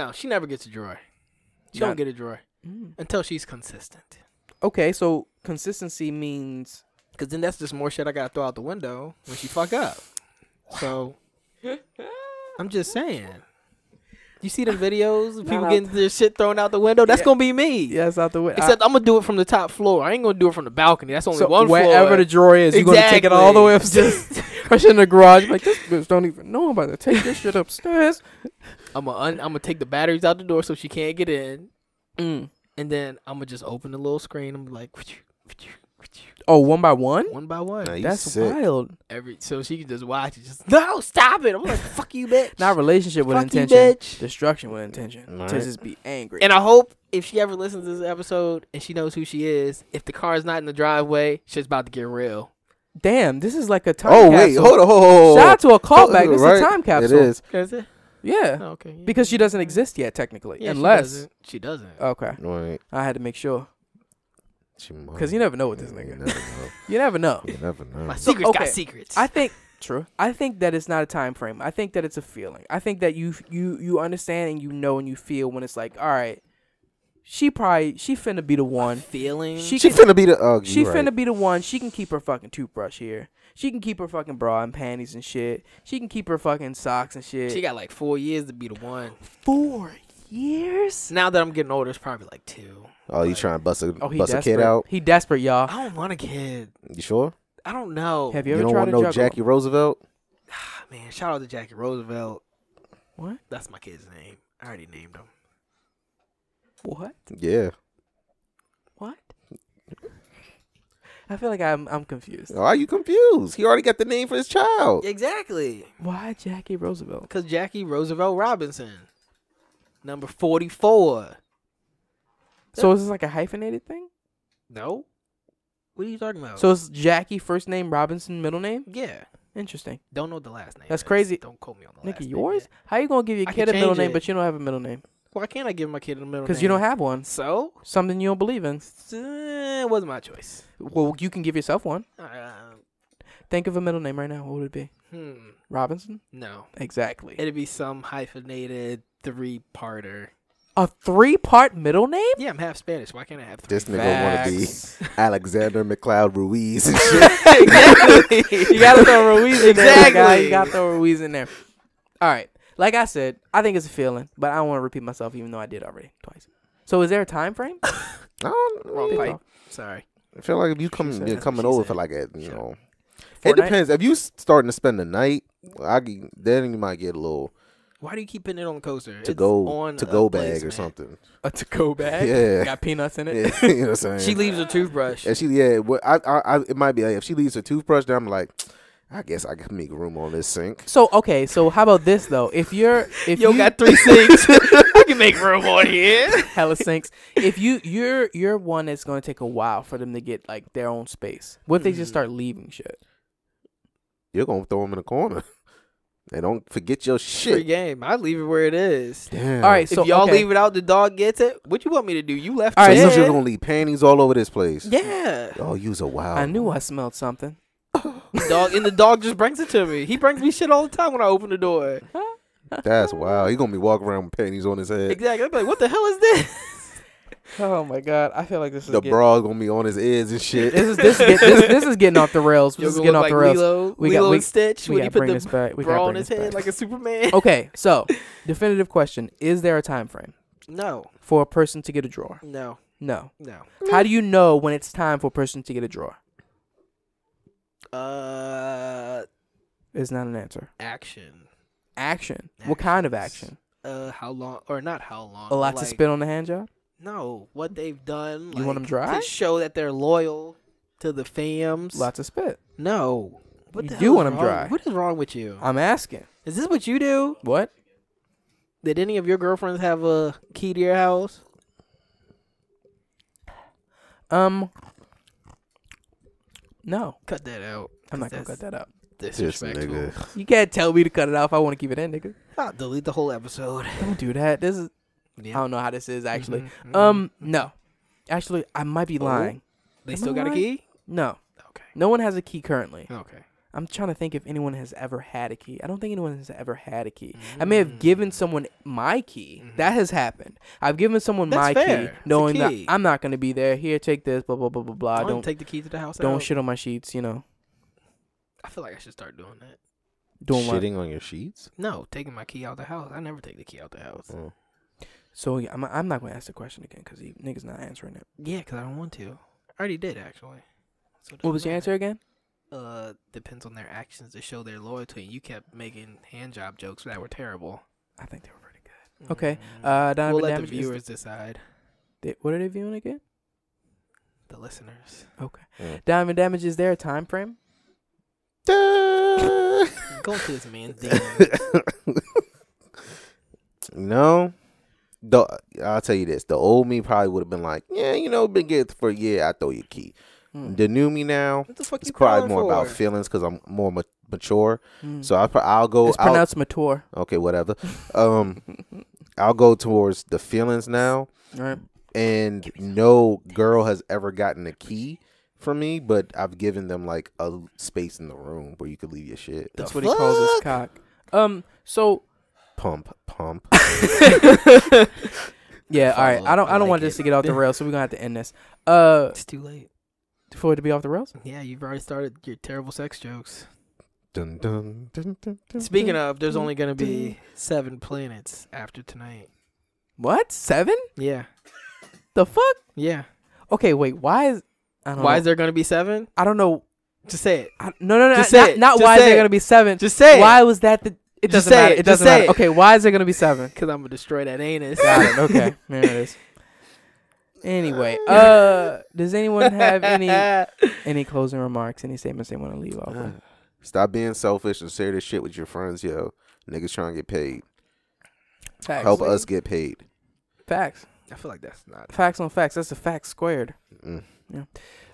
no, she never gets a drawer. She Not- don't get a drawer Mm. until she's consistent. Okay, so consistency means Cause then that's just more shit I gotta throw out the window when she fuck up. So I'm just saying. You see the videos of people out getting their shit thrown out the window? That's Yeah. gonna be me. yeah, it's out the way. Ah, I- Except I, am gonna do it from the top floor. I ain't gonna do it from the balcony. That's only so one wherever floor. the drawer is, you're gonna take it all the way Exactly. upstairs. Fresh in the garage, like this bitch don't even know I'm about to take this shit upstairs. I'm gonna un- I'm gonna take the batteries out the door so she can't get in, Mm. and then I'm gonna just open the little screen. I'm like Oh, one by one? one by one. Nah, you That's sick. wild. Every so she can just watch it. Just no, stop it. I'm like fuck you, bitch. Not relationship with Fuck you, intention. bitch. Destruction with intention. To Alright. just be angry. And I hope if she ever listens to this episode and she knows who she is, if the car is not in the driveway, shit's about to get real. Damn, this is like a time Oh capsule. wait, hold on, hold on, hold on. Shout out to a callback. This Right? is a time capsule. It is. That's it. Oh, Yeah. okay. yeah. Because she doesn't exist yet, technically. Yeah, she Unless. Uh, doesn't. she doesn't. Okay. Right. I had to make sure. She Because might. you never know with this You nigga. never know. You never know. You never know. My secrets got okay. secrets. I think true. I think that it's not a time frame. I think that it's a feeling. I think that you you you understand and you know and you feel when it's like, all right, she probably she finna be the one. feeling. She She can, finna be the. Oh, she you right. finna be the one. She can keep her fucking toothbrush here. She can keep her fucking bra and panties and shit. She can keep her fucking socks and shit. she got like four years to be the one. four years. Now that I'm getting older, it's probably like two. Oh, you trying to bust a Oh, he bust a desperate. kid out? He desperate, y'all. I don't want a kid. You sure? I don't know. Uh, Have you You ever don't tried want to no juggle? Jackie Roosevelt? Man, shout out to Jackie Roosevelt. What? That's my kid's name. I already named him. What? Yeah. What? I feel like I'm I'm confused. Why are you confused? He already got the name for his child. Exactly. Why Jackie Roosevelt? Because Jackie Roosevelt Robinson, number 44. So is this like a hyphenated thing? No. What are you talking about? So it's Jackie first name Robinson middle name. yeah, Interesting. don't know what the last name. That's is. crazy. Don't quote me on the last Nikki, name yours? yet. How you gonna give your I kid could a middle change name it. but you don't have a middle name? Why can't I give my kid a middle name? Because you don't have one. So Something you don't believe in. uh, it wasn't my choice. Well, you can give yourself one. Uh, Think of a middle name right now. What would it be? hmm. Robinson. No, Exactly. it'd be some hyphenated three-parter. a three part middle name? Yeah, I'm half Spanish. Why can't I have three? This nigga want to be Facts. Alexander McLeod Ruiz and shit. you gotta throw Ruiz in there, my guy. Exactly. You gotta throw Ruiz in there. All right. Like I said, I think it's a feeling, but I don't want to repeat myself, even though I did already twice. So, is there a time frame? I don't- Wrong you pipe. know, Sorry. I feel like if you come said. you're coming She over said. for like a you know, Fortnite? it depends. If you s- starting to spend the night, I g- then you might get a little Why do you keep putting it on the coaster? to It's go on to a go bag place, or man. something. A to go bag? Yeah. Got peanuts in it? Yeah, you know what I'm saying? She leaves her toothbrush. And she, yeah, what I, I, I, it might be like if she leaves her toothbrush, then I'm like, I guess I can make room on this sink. So, okay. So, how about this, though? If you're. If Yo, you, got three sinks. I can make room on here. hella sinks. If you you're you're one that's gonna take a while for them to get like their own space. What if they Mm. just start leaving shit? You're gonna throw them in the corner, and don't forget your Free shit. game. I leave it where it is. Damn. All right, so if y'all okay. leave it out, the dog gets it. What you want me to do? You left All So right, it. you so- you're gonna leave panties all over this place. yeah. Oh, you's a wild. I knew I smelled something. dog and the dog just brings it to me. He brings me shit all the time when I open the door. That's wild. He gonna be walking around with panties on his head. Exactly. I'm like, what the hell is this? Oh my god, I feel like this is The getting, bra gonna be on his ears and shit. This is this, get, this this is getting off the rails. This You're is gonna getting off look the like rails. Lilo, We got- Lilo we- and Stitch we when gotta he put bring the this back. We gotta bra bring on his this head back. Oh. like a Superman. Okay, so definitive question: Is there a time frame No, for a person to get a drawer? no, No. no. How do you know when it's time for a person to get a drawer? Uh, Is not an answer. action. Action. What kind of Actions. action? Uh, how long or not how long? A lot but to like, spit on the hand job. No, what they've done. You want 'em like, dry? To show that they're loyal to the fams. Lots of spit. No. What You the do hell is want 'em wrong- dry. What is wrong with you? I'm asking. Is this what you do? What? Did any of your girlfriends have a key to your house? Um. No, Cut that out. I'm not gonna That's cut that out. This Disrespectful. nigga. You can't tell me to cut it off. I want to keep it in, nigga. I'll delete the whole episode. Don't do that. This is. Yeah. I don't know how this is actually. Mhm, mhm. Um. No. Actually, I might be Oh. lying. they am still I got a lying? key? No. Okay. No one has a key currently. Okay. I'm trying to think if anyone has ever had a key. I don't think anyone has ever had a key. I may Mm. have given someone my key. That has happened. I've given someone Mm-hmm. That's my fair. key, It's a knowing key. that I'm not gonna be there. Here, take this. Blah blah blah blah blah. I don't Don't take the key to the house. don't out. shit on my sheets. You know, I feel like I should start doing that. doing what? Shitting on your sheets. No, taking my key out the house. I never take the key out the house. Oh. So yeah, I'm, I'm not gonna ask the question again because niggas not answering it. Yeah, because I don't want to. I already did actually. So it doesn't What was your matter. answer again? Uh, depends on their actions to show their loyalty. You kept making hand job jokes that were terrible. Mm-hmm. I think they were pretty good. Okay, uh, Donovan Mm. we'll let Damage. the is- viewers decide. they- what are they viewing again? The listeners. Okay, Mm. Diamond Damage. Is there a time frame? Go to this man's DM. no. The, I'll tell you this. The old me probably would have been like, yeah, you know, been good for a year. I throw your key. Hmm. The new me now, What the fuck it's you crying probably more for? about feelings because I'm more ma- mature. Hmm. So I'll, pro- I'll go. it's I'll- pronounced mature. okay, whatever. Um, I'll go towards the feelings now, Right. and no girl has ever gotten a key from me, but I've given them like a space in the room where you could leave your shit. That's what he calls his cock. Um. So Pump, pump. yeah. All right. Follow. I I don't. I don't like want it. this to get off the rails. So we're gonna have to end this. Uh, It's too late. for it to be off the rails. Yeah, you've already started your terrible sex jokes. Dun, dun, dun, dun, dun, Speaking dun. of, there's only gonna be seven planets after tonight. What seven? Yeah, The fuck? yeah. Okay. Wait. Why is? I don't Why know. is there gonna be seven? I don't know. Just say it. I, no, no, no. Just not say it. not Just why is say there it. gonna be seven? Just say it. Why was that the? It Just doesn't say it. matter. It Just doesn't say matter. it. Okay, why is there gonna be seven? Cause I'm gonna destroy that anus. Got it. Okay, there it is. Anyway, uh, does anyone have any any closing remarks? Any statements they want to leave off? with? Stop being selfish and share this shit with your friends, yo. Niggas trying to get paid. Facts. Help us get paid. Facts. I feel like that's not. Facts on facts. That's the facts squared. Mm. Yeah.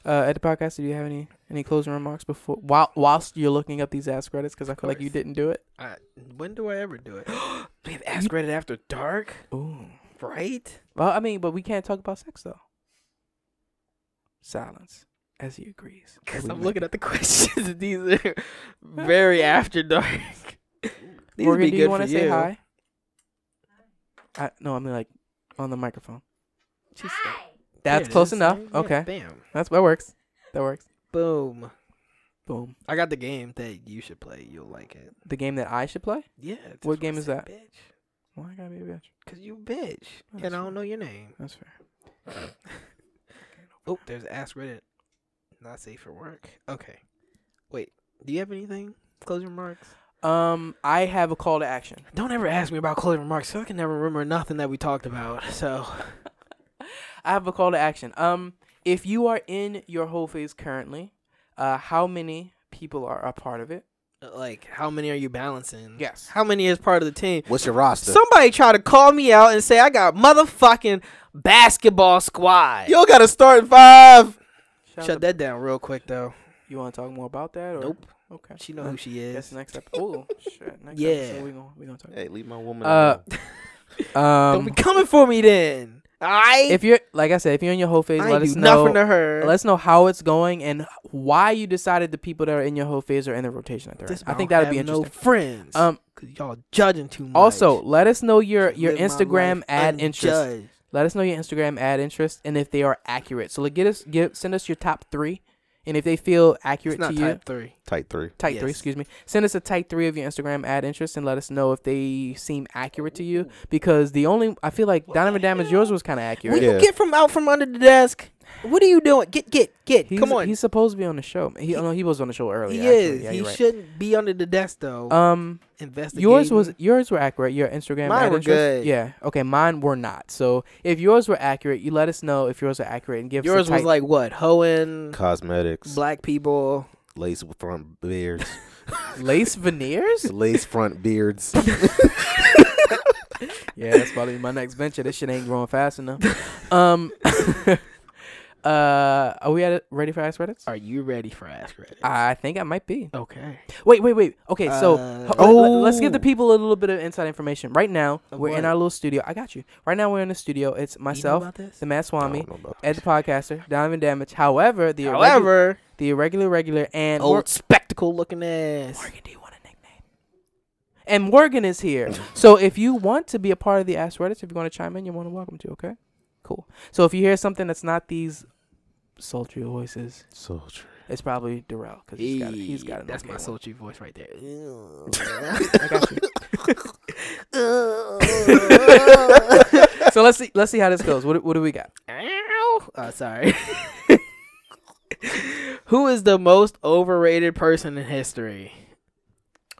Uh, at the podcast, do you have any any closing remarks before while whilst you're looking up these ass credits? Because I feel like you course. didn't do it. I, when do I ever do it? we have ass graded after dark, Ooh. right? Well, I mean, but we can't talk about sex though. Silence, as he agrees. Cause We I'm may- looking at the questions. and These are very after dark. These would Morgan, be do good you for want to say hi? I, no, I mean like on the microphone. Jeez, That's there it close is. enough. Yeah, Okay, Bam. that's that works. That works. Boom. Boom. I got the game that you should play. You'll like it. The game that I should play. Yeah. What game is that? Bitch. Why I gotta be a bitch? Cause you bitch, and That's I fine. don't know your name. That's fair. Oh, there's Ask Reddit. Not safe for work. Okay. Wait. Do you have anything? Closing remarks. Um, I have a call to action. Don't ever ask me about closing remarks. 'cause I can never remember nothing that we talked about. So I have a call to action. Um, if you are in your whole phase currently, uh, how many people are a part of it? like how many are you balancing? Yes. How many is part of the team? What's your roster? Somebody try to call me out and say I got motherfucking basketball squad. Y'all got to start five. Shout out Shut that down real quick though. to- You want to talk more about that? Or? Nope. Okay. She know who she That's is. next up. Oh shit. Next Yeah. episode we gonna we gonna talk. Hey, leave my woman. Uh, Don't be Um, coming for me then. I if you're like I said, if you're in your whole phase, I let ain't us do know. nothing to her. Let us know how it's going and why you decided the people that are in your whole phase are in the rotation that they're This in. I mouth think that'd be have no interesting. friends. Um, um, cause y'all judging too much. also let us know your your Live my Instagram life ad interest. unjudged. Let us know your Instagram ad interest and if they are accurate. So like, get us get send us your top three, and if they feel It's accurate to not you, type three. Tight three. type three, Yes. excuse me. Send us a type three of your Instagram ad interest and let us know if they seem accurate to you. Because the only I feel like Donovan Damage yours was kind of accurate. Will you Yeah. get from out from under the desk? What are you doing? Get get get! He's, Come on. he's supposed to be on the show. He, oh, no, he was on the show earlier. he actually. is. Yeah, he you're right. shouldn't be under the desk though. Um, Investigate. yours was yours were accurate. Your Instagram Mine ad were interest- good. Yeah. Okay, mine were not. So if yours were accurate, you let us know if yours are accurate and give yours us a was type- like what? Hoeing Cosmetics. black people. Lace front beards. lace veneers. Lace front beards. yeah, that's probably my next venture. This shit ain't growing fast enough. um, uh, are we at it? Ready for Ask Reddits? Are you ready for Ask Reddit? I think I might be. okay. Wait, wait, wait. Okay, so Uh, h- let- let, us give the people a little bit of inside information. Right now, Of we're in what? our little studio. I got you. Right now, we're in the studio. It's myself, about this? the Matt I Swami, Oh. don't know about Ed the Podcaster, Diamond Damage. However, the irregu- However, Oh, the irregular regular, and Mor- old spectacle looking ass. Morgan, do you want a nickname? And Morgan is here. so if you want to be a part of the Ask Reddits, if you want to chime in, you're more than welcome to. Okay, cool. So if you hear something that's not these sultry voices, So true. it's probably Darrell because he's got he's got an That's my okay one. sultry voice right there. I got you. so let's see let's see how this goes. What do- what do we got? Ow. Uh, sorry. Who is the most overrated person in history?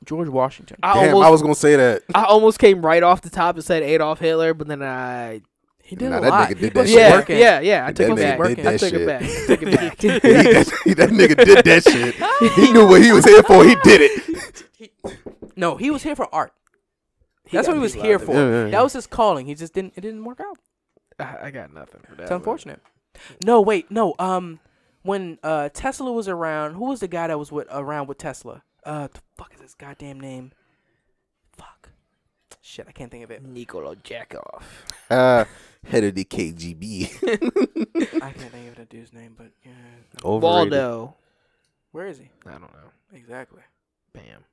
George Washington. I Damn, almost I was gonna say that. I almost came right off the top and said Adolf Hitler, but then I He did Nah, a that lot. nigga He did that was shit. yeah working. yeah yeah I That took it nigga back. did that I took it shit. back. I took it back. He- that, that nigga did that shit. He knew what he was here for. He did it. No, he was here for art. That's got what he was me here loud. for. Yeah, yeah, yeah. That was his calling. He just didn't. It didn't work out. I I got nothing for that. It's unfortunate. No, wait, no. Um, when uh Tesla was around, who was the guy that was with around with Tesla? Uh, the fuck is his goddamn name? Fuck. Shit, I can't think of it. Nikola Jackoff. Uh, head of the KGB. I can't think of the dude's name, but yeah. Overrated. Waldo. Where is he? I don't know. Exactly. Bam.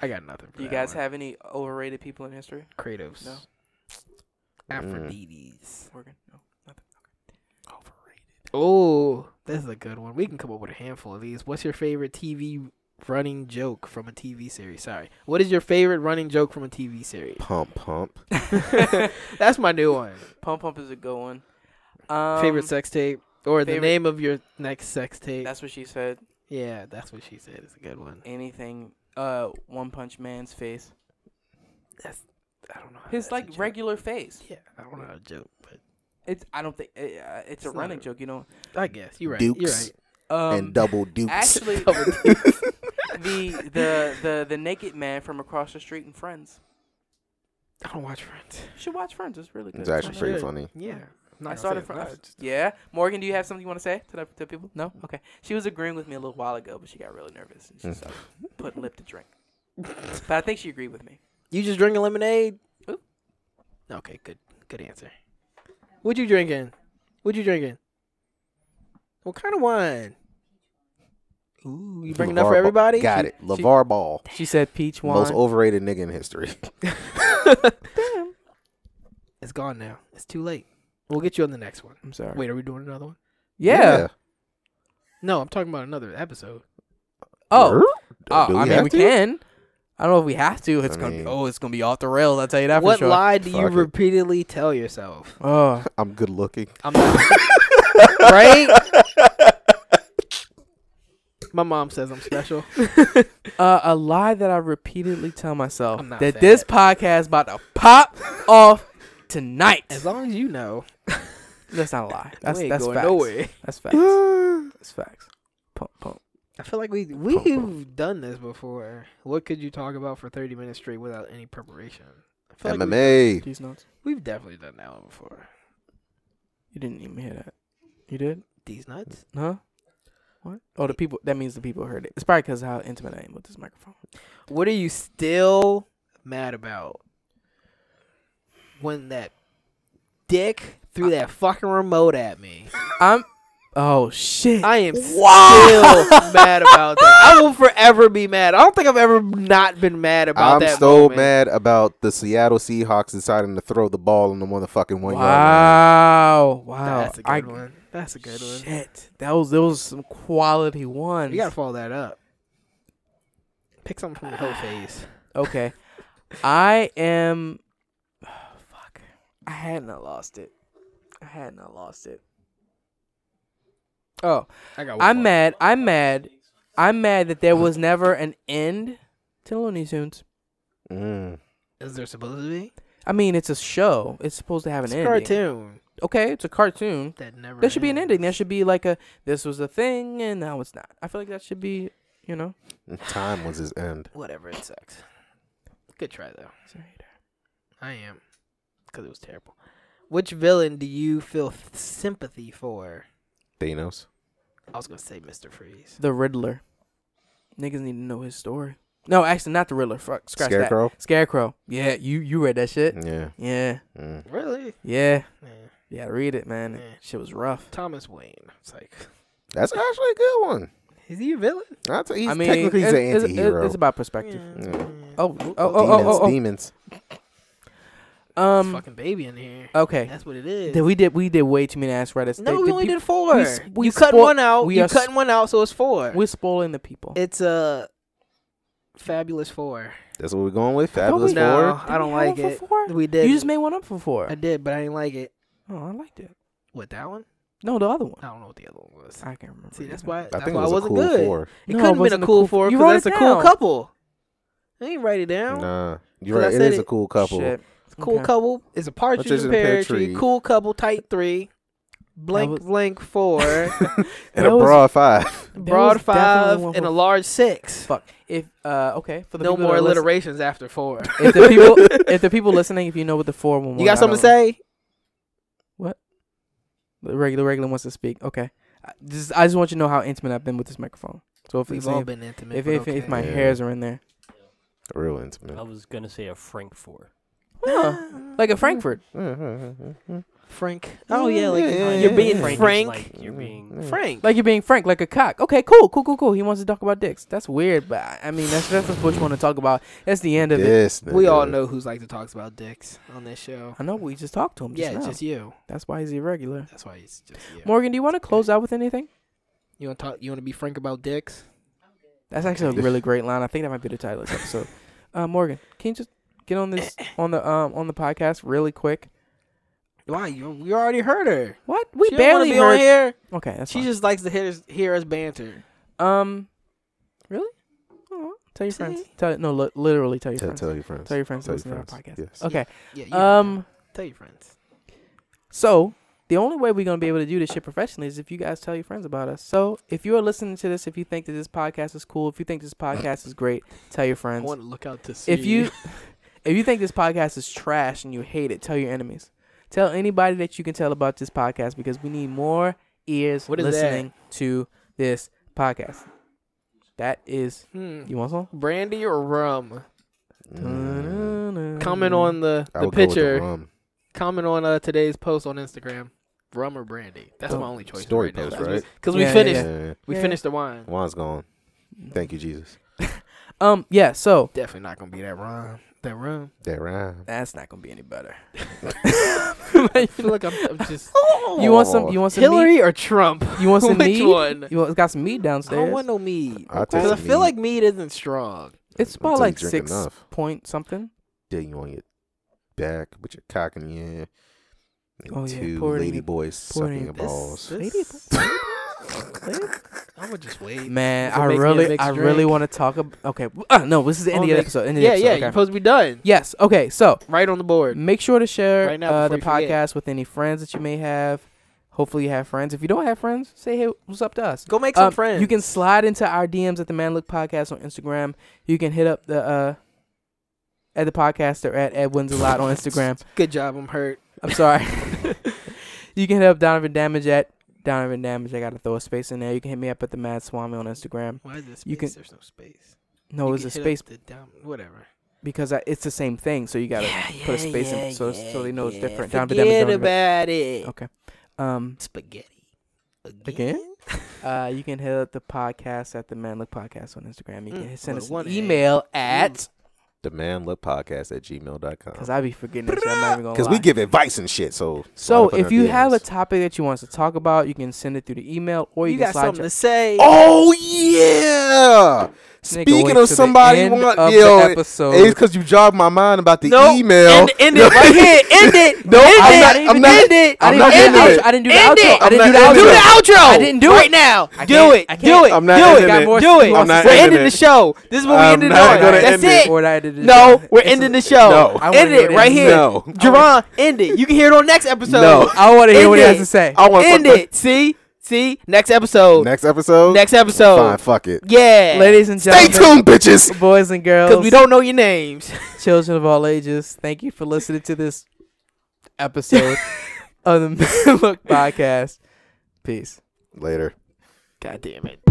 I got nothing for Do you that guys one. have any overrated people in history? Kratos. No. Aphrodites. Morgan? No, nothing. Oh, this is a good one. We can come up with a handful of these. What's your favorite TV running joke from a TV series? Sorry. What is your favorite running joke from a TV series? Pump, pump. That's my new one. Pump Pump is a good one. Um, favorite sex tape or the favorite- name of your next sex tape. That's what she said. yeah, that's what she said. It's a good one. Anything. Uh, One Punch Man's face. That's I don't know. how His Oh, that's a like joke. regular face. Yeah, I don't know how to joke, but It's. I don't think uh, uh, it's, a not running a- joke. You know. I guess you're right. You're Dukes right. Um, and double dukes. actually, Double the, the the the naked man from across the street in Friends. I don't watch Friends. You should watch Friends. It's really good. it's actually not pretty good. funny. Yeah. I'm not I gonna say started from. it. I- I just- yeah, Morgan, do you have something you want to say to the, to people? No, okay. She was agreeing with me a little while ago, but she got really nervous and she started putting lip to drink. But I think she agreed with me. You just drinking lemonade? Oop. Okay, good good answer. What you drinking? What you drinking? What kind of wine? Ooh, you bringing up LeVar for Ball- everybody? Got it. LeVar Ball. She said peach Most overrated nigga in history. It's It's gone now. It's too late. We'll get you on the next one. I'm sorry. Wait, are we doing another one? yeah. No, I'm talking about another episode. Oh. Do oh I mean, have we to? can. I don't know if we have to. It's I gonna mean- be. Oh, it's gonna be off the rails. I'll tell you that what for sure. lie do you Fuck it. repeatedly tell yourself? oh, I'm good looking. I'm not, right? my mom says I'm special. Uh, a lie that I repeatedly tell myself I'm not that this fat. podcast about to pop off tonight. As long as you know, That's not a lie. that's, That's we ain't that's going facts. nowhere. That's facts. that's facts. Pump, pump. I feel like we we've done this before. What could you talk about for 30 minutes straight without any preparation? I feel like we- MMA. These notes. We've definitely done that one before. You didn't even hear that. You did? These nuts. Huh? What? Oh, the people. That means the people heard it. It's probably because how intimate I am with this microphone. What are you still mad about? When that dick threw that fucking remote at me. I'm. Oh shit. I am Wow. still mad about that. I will forever be mad. I don't think I've ever not been mad about I'm that. so moment. mad about the Seattle Seahawks deciding to throw the ball in the motherfucking one yard wow. Wow. That's a good I- one. That's a good one. Shit. That was those was some quality ones. You gotta follow that up. Pick something from the whole phase. Okay. I am. Oh, fuck. I hadn't lost it. I hadn't lost it. Oh, I got I'm mad. I'm mad. I'm mad that there was never an end to Looney Tunes. line. Is there supposed to be? I mean, it's a show. It's supposed to have an It's a ending. cartoon Okay, it's a cartoon. that never. There should be an ends. ending. There should be like a this was a thing and now it's not. I feel like that should be, you know. Mm. Time was his end. Whatever. It sucks. Good try though. it's a hater. I am, because it was terrible. Which villain do you feel th- sympathy for? Thanos. I was gonna say Mr. Freeze. The Riddler. Niggas need to know his story. No, actually, not the Riddler. Fuck, scratch that. Scarecrow. Scarecrow. Yeah, you you read that shit. Yeah. Yeah, Mm. Really? yeah, Yeah. yeah. Read it, man. Yeah. Shit was rough. Thomas Wayne. It's like, That's actually a good one. is he a villain? I tell he's I mean, technically he's it- an it's- it- anti-hero. It's about perspective. Oh, Oh, oh, oh, oh, demons, oh, oh. demons. Um. fucking baby in here. Okay. That's what it is. Then we did we did way too many ass Reddits. no, They- we the only peop- did four. we s- we you cut spoil- one out. we you are cut one out, so it's four. We're spoiling the people. it's a fabulous four. That's what we're going with. Fabulous we- Four. No, Did I don't we have like one it. for four? We did. You just made one up for four. I did, but I didn't like it. oh, I liked it. What that one? No, the other one. I don't know what the other one was. I can't remember. See, that's either. why. I That's think it why I was a wasn't cool good. four. It No, it couldn't have been wasn't a cool four You because wrote that's it a cool down. couple. I ain't write it down. Nah, you're Cause I right. It said is a it- cool couple. Shit. Cool Okay. couple is a partridge Partridge in a pear tree. Cool couple, tight three. Blank was- blank four, and a That was- broad five. There broad was definitely five, one and for a large six. Fuck. If uh okay for the No people more that are listen- alliterations after four. If the people if the people listening, if you know what the four one you got something to say? The regular regular wants to speak. Okay. I just I just want you to know how intimate I've been with this microphone. So if We've it's all if, been intimate. if, but if, if okay. my Yeah. hairs are in there, Real intimate. I was gonna say a Frank four. Huh. like a Frankfurt. Mm, Frank. Oh yeah, like Yeah, yeah, you're yeah, being yeah. Frank. is Frank. like you're being. Frank. hmm. Like you're being frank, like a cock. Okay, cool, cool, cool, cool. He wants to talk about dicks. That's weird, but I I mean, that's that's what you want to talk about. That's the end of it. This we all nigga. know who's like to talks about dicks on this show. I know. We just talked to him. Just yeah, now. it's just you. that's why he's irregular. That's why it's just you. Morgan, do you want to close out with anything? You want to talk? You want to be frank about dicks? That's actually a really great line. I think that might be the title of this episode. Uh, Morgan, can you just get on this on the um on the podcast really quick? Why you? You already heard her. What we she don't wanna barely be on heard. here. Okay, that's She fine. just likes to hear us, hear us banter. um, really? Oh, tell your friends. See? Tell no, li- literally tell your Tell, friends. tell your friends. Tell your friends to Tell listen your to our friends. podcast. Oh, Yes. Okay. Yeah. You Um. tell your friends. So the only way we're gonna be able to do this shit professionally is if you guys tell your friends about us. So if you are listening to this, if you think that this podcast is cool, if you think this podcast is great, tell I your friends. want to look out to see if you if you think this podcast is trash and you hate it, tell your enemies. Tell anybody that you can tell about this podcast because we need more ears What is listening to this podcast. That is Hmm. you want some? brandy or rum, Mm. comment on the I the would go with picture. rum. comment on uh, today's post on Instagram. Rum or brandy? That's Oh. my only choice. Story post, right? Because Yeah, we yeah, finished. Yeah. We Yeah. finished the wine. Juan's gone. Thank you, Jesus. Um yeah, so Definitely not gonna be that rhyme. that rhyme. That rhyme. That's not gonna be any better. Look, I'm, I'm just You want some? You want some Hillary or Trump. meat? You want some Which meat? one? You want, got some meat downstairs? no meat. I'll take Because I some feel meat. like meat isn't strong. it's Until about you like drink six enough. point something. Then you on your back with your cock in your hand. And Oh, yeah, two pour it in lady your- boys pour it sucking in your this- balls. I'm gonna just wait. Man, If it I makes me a really, mixed I really drink. want to talk about. Okay, uh, no, this is the end Oh, of the mix- episode. End of the Yeah, episode, yeah. okay. You're supposed to be done. Yes. Okay. So Right on the board. make sure to share Right now, uh, the before you forget. podcast with any friends that you may have. Hopefully, you have friends. If you don't have friends, say hey, what's up to us. Go make Um, You can slide into our DMs at the Man Look Podcast on Instagram. You can hit up the uh at the podcaster at Ed Wins a lot on Instagram. Good job. I'm hurt. I'm sorry. you can hit up Donovan Damage at Donovan Damage. I gotta throw a space in there. You can hit me up at the Mad Swami on Instagram. Why is there space? You can- There's no space. No, You it's can a hit up space the dom- whatever. because I, it's the same thing, so you gotta put a space in it so it's- so they know it's different. Donovan Damage, Forget Donovan- about it. Okay. Um. Spaghetti. Again? Uh. You can hit up the podcast at the Man Look Podcast on Instagram. You Mm, can send with us one an A. Mm. email at The man look podcast at gmail.com. because I be forgetting that shit. I'm not even gonna Because lie. we give advice and shit. So, So Slide up in if our you have a DMs. topic that you want us to talk about, you can send it through the email or you, You can got slide something your- to say? Oh yeah. wait Speaking till of the somebody end want of the yo, it- episode. it's because you jogged my mind about the No, email. End, end it right here. End it. No, end I'm it. not- I'm not- end it. I I'm didn't, not I didn't, do ending it. the outro- I End it. didn't do the outro. I didn't I'm do the not outro. Do the ending outro. I didn't do right it. now. I Do can't- it. I can't. Do it. I'm not do ending it. it. more do shit it. he wants I'm to not we're say. ending ending the it. show. This is what I'm we ended not on. gonna That's end it. it. Or I did it. No, we're It's- ending the show. No. I wanna End hear it what right it is. here. No. Jerron, end it. You can hear it on next episode. No. I want to hear End what he has it. to say. I want End it. See? See? Next episode. Next episode. Next episode. Fine. Fuck it. Yeah. Ladies and Stay gentlemen, tuned, bitches. boys and girls, Because we don't know your names. children of all ages, thank you for listening to this episode of the Man Look Podcast. Peace. Later. God damn it.